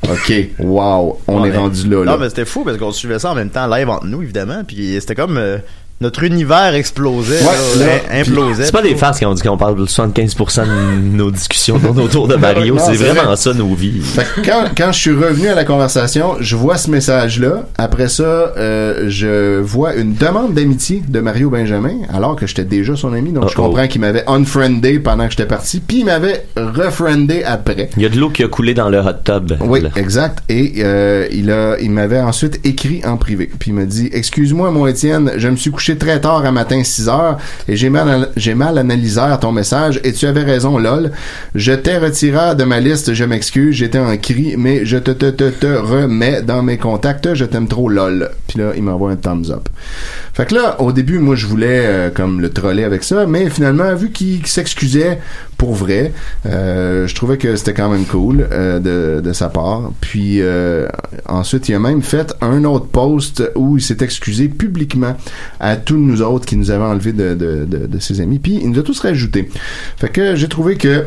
OK, wow. On Ouais, est mais- rendu là. là. Non, mais c'était fou parce qu'on suivait ça en même temps live entre nous, évidemment. Puis c'était comme euh, notre univers explosait, là, Ouais, là, implosait. C'est pas des plutôt. fans qui ont dit qu'on parle de 75% de nos discussions tournent autour de Mario. Non, C'est c'est vraiment vrai. ça nos vies. Fait que quand, quand je suis revenu à la conversation, je vois ce message-là. Après ça, euh, je vois une demande d'amitié de Mario Benjamin, alors que j'étais déjà son ami. Donc, je Uh-oh. comprends qu'il m'avait unfriendé pendant que j'étais parti, puis il m'avait refriendé après. Il y a de l'eau qui a coulé dans le hot tub. Oui, là. exact. Et euh, il a, il m'avait ensuite écrit en privé. Puis il me dit Excuse-moi, mon Étienne, je me suis couché très tard à matin 6 heures et j'ai mal, j'ai mal analysé ton message et tu avais raison, lol. Je t'ai retiré de ma liste, je m'excuse, j'étais en cri, mais je te, te, te, te remets dans mes contacts, je t'aime trop, lol. Puis là, il m'envoie un thumbs up. Fait que là, au début, moi, je voulais euh, comme le troller avec ça, mais finalement, vu qu'il qu'il s'excusait pour vrai, euh, je trouvais que c'était quand même cool euh, de, de sa part. Puis euh, ensuite, il a même fait un autre post où il s'est excusé publiquement à tous nous autres qui nous avaient enlevé de, de, de, de ses amis. Puis il nous a tous rajoutés. Fait que j'ai trouvé que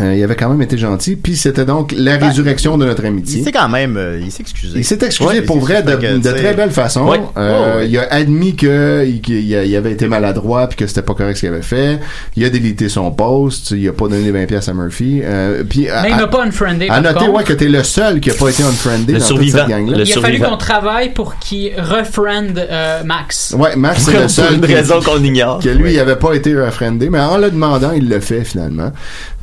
euh, il avait quand même été gentil. Puis c'était donc la Ben, résurrection de notre Il amitié. s'est quand même, euh, il s'est excusé. Il s'est excusé Ouais, pour il s'est vrai de, excusé, de tu sais. très belle façon. Ouais. Euh, Oh, ouais. Il a admis que il- qu'il y a- il avait été maladroit puis que c'était pas correct ce qu'il avait fait. Il a délité son post. Il a pas donné 20 pièces à Murphy. Euh, puis à, Mais il à- m'a pas unfriendé. à par noter contre. ouais que t'es le seul qui a pas été unfriendé Le dans survivant. toute cette gang là. Le Il a fallu qu'on travaille pour qu'il refriende euh, Max. Ouais, Max c'est Pour le seul une qui- raison qu'on ignore. que lui il avait pas été unfriendé, mais en le demandant il le fait finalement.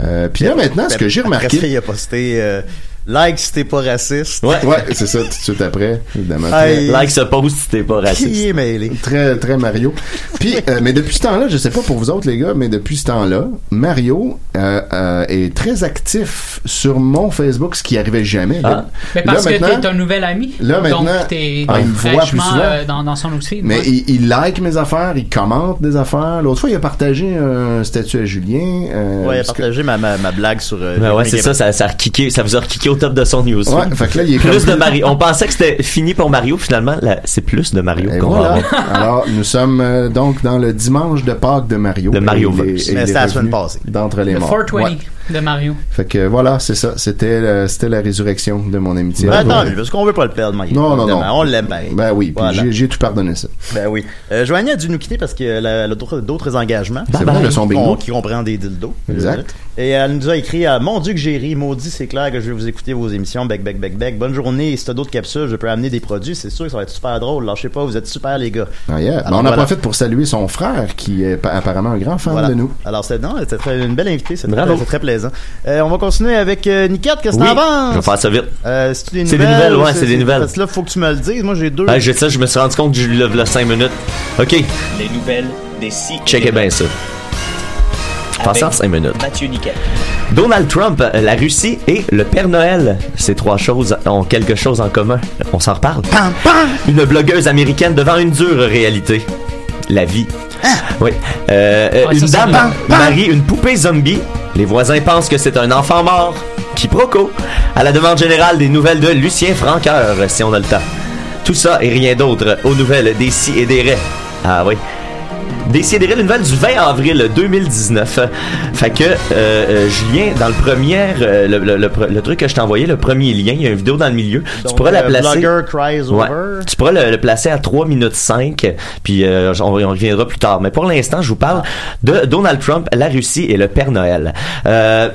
Euh, puis là maintenant ce que j'ai Ben, Après remarqué. ça, il a posté euh, like si t'es pas raciste. Ouais, c'est ça tout de suite après évidemment. Aïe. Like ce post si t'es pas Qui raciste. est mêlé? Très, très Mario. Puis, euh, mais depuis ce temps-là, je sais pas pour vous autres, les gars, mais depuis ce temps-là, Mario euh, euh, est très actif sur mon Facebook, ce qui arrivait jamais. Ah. Là, Mais là, parce maintenant, que t'es un nouvel ami. là, maintenant, donc t'es ah, il me voit plus fraîchement souvent. euh, dans, dans son outfit. mais Ouais. il, il like mes affaires, il commente des affaires. L'autre fois, il a partagé un statut à Julien. euh, Ouais, il a parce que- partagé ma, ma, ma blague sur. euh, Ben ouais, Jérémy c'est Gabriel. ça, ça, ça, a rekické- ça vous a rekické au au top de son news. Ouais, fait que là, il est plus comme- de Mario. On pensait que c'était fini pour Mario, finalement, là, c'est plus de Mario qu'on va Voilà. avoir. Alors, nous sommes euh, donc dans le dimanche de Pâques de Mario. De Mario Il est- Verse. il Mais est c'était la revenu semaine passée. D'entre les Le morts. 420 Ouais. de Mario. Fait que voilà, c'est ça. C'était euh, c'était la résurrection de mon amitié. Ben, Ouais. attends, parce qu'on veut pas le perdre, Mario. Non, non, non. Évidemment, On l'aime pareil. Ben oui, puis Voilà. j'ai- j'ai tout pardonné ça. Ben oui. Euh, Joanie a dû nous quitter parce qu'elle a elle a d'autres- d'autres engagements. C'est vrai, le son Big Qu'on- Mac. Qui comprend des dildos. Exact. Et elle nous a écrit à Mon Dieu que j'ai ri, maudit, c'est clair que je vais vous écouter vos émissions. Bec, bec, bec, bec. Bonne journée. Et si t'as d'autres capsules, je peux amener des produits. C'est sûr que ça va être super drôle. Lâchez pas, vous êtes super, les gars. Ah, yeah. Ben, Alors, on en voilà. profite pour saluer son frère qui est pa- apparemment un grand fan Voilà. de nous. Alors, c'est non, c'était très- une belle invitée. C'était Bravo. très, très plaisant. Euh, on va continuer avec euh, Nickette. Qu'est-ce que Oui, t'en penses? je vais faire ça vite. Euh, c'est des C'est nouvelles. des nouvelles, ou ouais, c'est des nouvelles. Parce que là, faut que tu me le dises. Moi, j'ai deux. Ah, je, ça, je me suis rendu compte que je lève le 5 minutes. OK, Les nouvelles des six. checkez bien ça. Passez ben, en 5 minutes. Mathieu Niquette. Donald Trump, euh, la Russie et le Père Noël. Ces trois choses ont quelque chose en commun. On s'en reparle. Une blogueuse américaine devant une dure réalité. La vie. Oui. Euh, euh, Ouais, ça, une c'est dame vrai. marie une poupée zombie. Les voisins pensent que c'est un enfant mort. Quiproquo. À la demande générale des nouvelles de Lucien Franqueur, si on a le temps. Tout ça et rien d'autre aux nouvelles des si et des raies. Ah oui. Déciderait une nouvelle du 20 avril 2019. Fait que, euh, euh, Julien, dans le premier, euh, le, le- le- le truc que je t'ai envoyé, le premier lien, il y a une vidéo dans le milieu. tu Donc, pourras la euh, placer. Blogger cries Ouais. over. Tu pourras le, le placer à 3 minutes 5, puis euh, on, on reviendra plus tard. Mais pour l'instant, je vous parle de Donald Trump, la Russie et le Père Noël. Euh,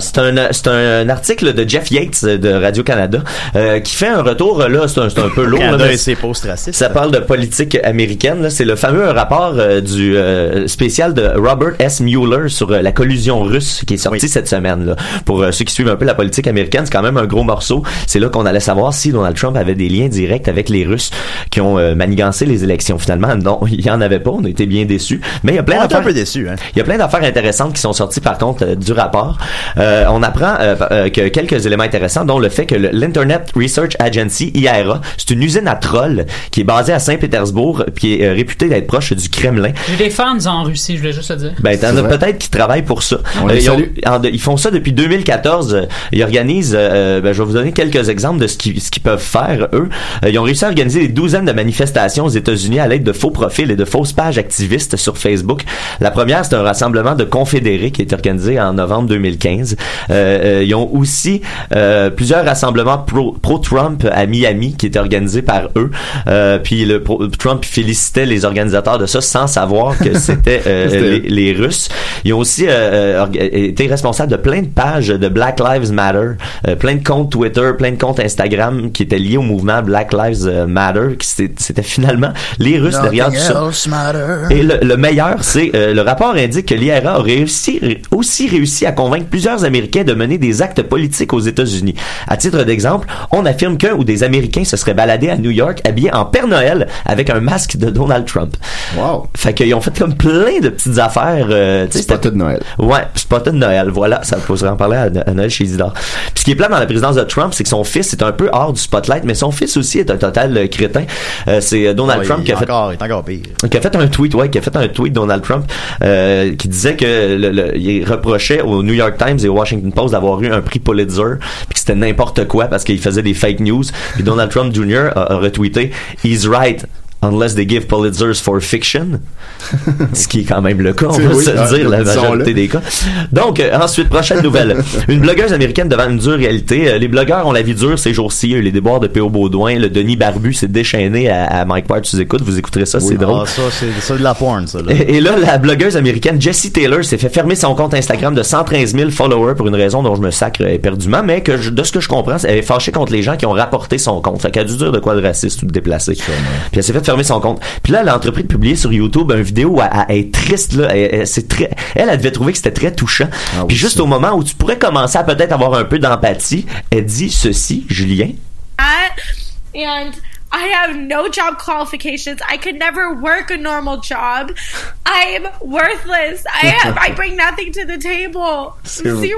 c'est un, euh, c'est un article de Jeff Yates euh, de Radio-Canada euh, qui fait un retour, euh, là, c'est un, c'est un peu lourd. là, Canada mais et ses posts racistes. ça parle de politique américaine. là. C'est le fameux rapport euh, du euh, spécial de Robert S. Mueller sur euh, la collusion russe qui est sorti cette semaine. là. Pour euh, ceux qui suivent un peu la politique américaine, c'est quand même un gros morceau. C'est là qu'on allait savoir si Donald Trump avait des liens directs avec les Russes qui ont euh, manigancé les élections. Finalement, non, il y en avait pas. On était bien déçus. Mais il y a plein On était un d'affaires. peu déçus, hein. Il y a plein d'affaires intéressantes qui sont sorties par contre euh, du rapport. Euh, on apprend euh, pa- euh, que quelques éléments intéressants, dont le fait que le- l'Internet Research Agency (IRA), c'est une usine à trolls qui est basée à Saint-Pétersbourg, puis qui est euh, réputée d'être proche du Kremlin. J'ai des fans en Russie, je voulais juste le dire. Ben, t'en as peut-être qui travaillent pour ça. On les Euh, ils, ont- salue. en- ils font ça depuis 2014. Euh, Ils organisent, euh, ben, je vais vous donner quelques exemples de ce qu'ils ce qu'ils peuvent faire, eux. Euh, Ils ont réussi à organiser des douzaines de manifestations aux États-Unis à l'aide de faux profils et de fausses pages activistes sur Facebook. La première, c'est un rassemblement de confédérés qui est organisé en novembre 2015. Euh, euh, ils ont aussi euh, plusieurs rassemblements pro- pro-Trump à Miami qui étaient organisés par eux. Euh, puis le pro- Trump félicitait les organisateurs de ça sans savoir que c'était euh, C'était- les- les Russes. Ils ont aussi euh, orga- été responsables de plein de pages de Black Lives Matter, euh, plein de comptes Twitter, plein de comptes Instagram qui étaient liés au mouvement Black Lives euh, Matter, qui c'était c'était finalement les Russes derrière tout ça. Et le, le meilleur, c'est euh, le rapport indique que l'IRA a réussi, ré- aussi réussi à convaincre plusieurs Américains de mener des actes politiques aux États-Unis. À titre d'exemple, on affirme qu'un ou des Américains se seraient baladés à New York habillés en Père Noël avec un masque de Donald Trump. Wow. Fait qu'ils ont fait comme plein de petites affaires. Euh, Spotted de Noël. Ouais, Spotted de Noël. Voilà, ça poserait en parler à, à Noël chez Isidore. Puis ce qui est plat dans la présidence de Trump, c'est que son fils est un peu hors du spotlight, mais son fils aussi est un total euh, crétin. Euh, c'est euh, Donald Ouais, Trump il qui est a fait encore, il est encore pire. qui a fait un tweet, ouais, qui a fait un tweet Donald Trump euh, qui disait que le, le- il reprochait au New York Times et au Washington Post d'avoir eu un prix Pulitzer, puis que c'était n'importe quoi parce qu'il faisait des fake news. Puis Donald Trump Jr. a, a retweeté "He's right." Unless they give Pulitzers for fiction. Ce qui est quand même le cas, on C'est- va oui, se ah, le dire, la disons-le. majorité des cas. Donc, euh, ensuite, prochaine nouvelle. Une blogueuse américaine devant une dure réalité. Euh, les blogueurs ont la vie dure ces jours-ci. Il y a eu les déboires de P.O. Baudouin. Le Denis Barbu s'est déchaîné à, à Mike Ward. Tu écoutes, vous écouterez ça, c'est Oui. drôle. Ah, ça, c'est ça, de la porn, ça. Là. Et, et là, la blogueuse américaine Jessie Taylor s'est fait fermer son compte Instagram de 113 000 followers pour une raison dont je me sacre éperdument, mais que je- de ce que je comprends, elle est fâchée contre les gens qui ont rapporté son compte. Fait qu'elle a dû dire de quoi de raciste ou de déplacé. Puis elle s'est fait fermer son compte. Puis là, elle a entrepris de publier sur YouTube une vidéo où elle, elle est triste. Là. Elle, elle- c'est très, elle, elle devait trouver que c'était très touchant. Ah Puis juste au moment où tu pourrais commencer à peut-être avoir un peu d'empathie, elle dit ceci, Julien. that and I have no job qualifications. I could never work a normal job. I am worthless. I am I bring nothing to the table. Zero. Zero.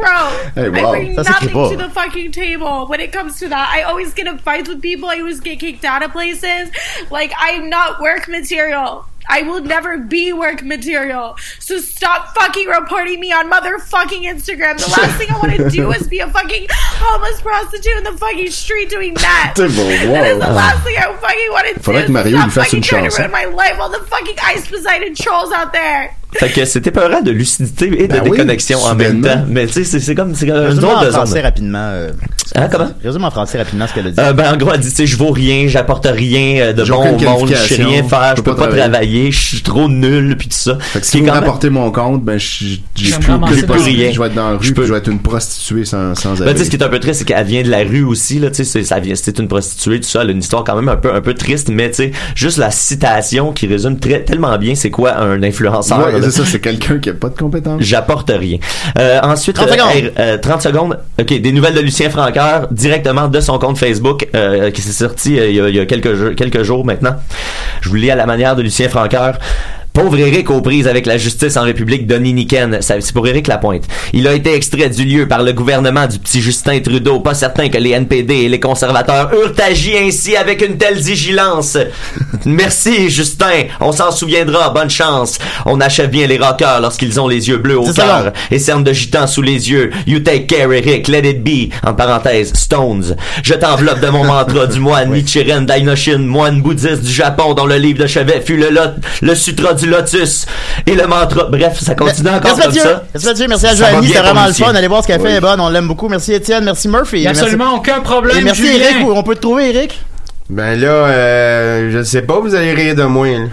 Hey, I wow. bring That's a nothing keyboard. to the fucking table when it comes to that. I always get in fights with people. I always get kicked out of places. Like I am not work material. I will never be work material. So stop fucking reporting me on motherfucking Instagram. The last thing I want to do is be a fucking homeless prostitute in the fucking street doing that. C'est bon, wow. That is the last thing I fucking want to Faudrait do. que Mario Stop lui fasse fucking une trying to chanson. ruin my life. All the fucking ice Poseidon trolls out there. Fait que c'était peurant de lucidité et de Ben oui, déconnexion en même soudainement. temps. Mais tu sais, c'est- c'est comme, c'est comme un Résume en drôle de français zone. rapidement. euh, ce Hein, qu'elle comment? dit. Résume en français rapidement ce qu'elle a dit. Euh, ben, en gros, elle dit, tu sais, je vaux rien, j'apporte rien euh, de J'ai bon aucune au monde, je sais qualification, rien faire, je peux pas travailler, travailler. je suis trop nul, puis tout ça. Fait que si vous me rapportez mon compte, ben, je je- je Je suis me plus, ramasse plus dans la possible. rue. Je vais être dans la rue, puis je vais être une prostituée sans, sans Ben, tu abri. sais, ce qui est un peu triste, c'est qu'elle vient de la rue aussi, là, tu sais, c'est- ça vient, c'était une prostituée, tout ça, elle a une histoire quand même un peu, un peu triste, mais tu sais, juste la citation qui résume très, tellement bien c'est quoi un influenceur. Ouais, là. c'est ça, c'est quelqu'un qui a pas de compétences. J'apporte rien. Euh, ensuite, 30 euh, secondes. hey, euh, 30 secondes. OK, des nouvelles de Lucien Franqueur directement de son compte Facebook euh, qui s'est sorti euh, il y a, il y a quelques, jeux- quelques jours maintenant. Je vous lis à la manière de Lucien Franqueur. Pauvre Eric aux prises avec la justice en République dominicaine. Ça, C'est pour Eric Lapointe. Il a été extrait du lieu par le gouvernement du petit Justin Trudeau. Pas certain que les NPD et les conservateurs eurent agi ainsi avec une telle vigilance. Merci, Justin. On s'en souviendra. Bonne chance. On achève bien les rockers lorsqu'ils ont les yeux bleus au Dix cœur secondes. et cernes de gitan sous les yeux. You take care, Eric, let it be. En parenthèse, Stones. Je t'enveloppe de mon mantra du moine Nichiren Dainoshine, moine bouddhiste du Japon dont le livre de chevet fut le lot, le sutra du lotus et le mantra. Bref, ça continue encore Merci comme Mathieu. ça. Merci Mathieu, merci à Ça va Joanie, bien c'est pour vraiment le Lucien. fun. Allez voir ce qu'elle Oui. fait, elle est bonne, on l'aime beaucoup. Merci Étienne, merci Murphy. Il y a Merci- absolument aucun problème, Et merci Julien. Eric, Où on peut te trouver Eric? Ben là, euh, je sais pas, vous allez rire de moi. là.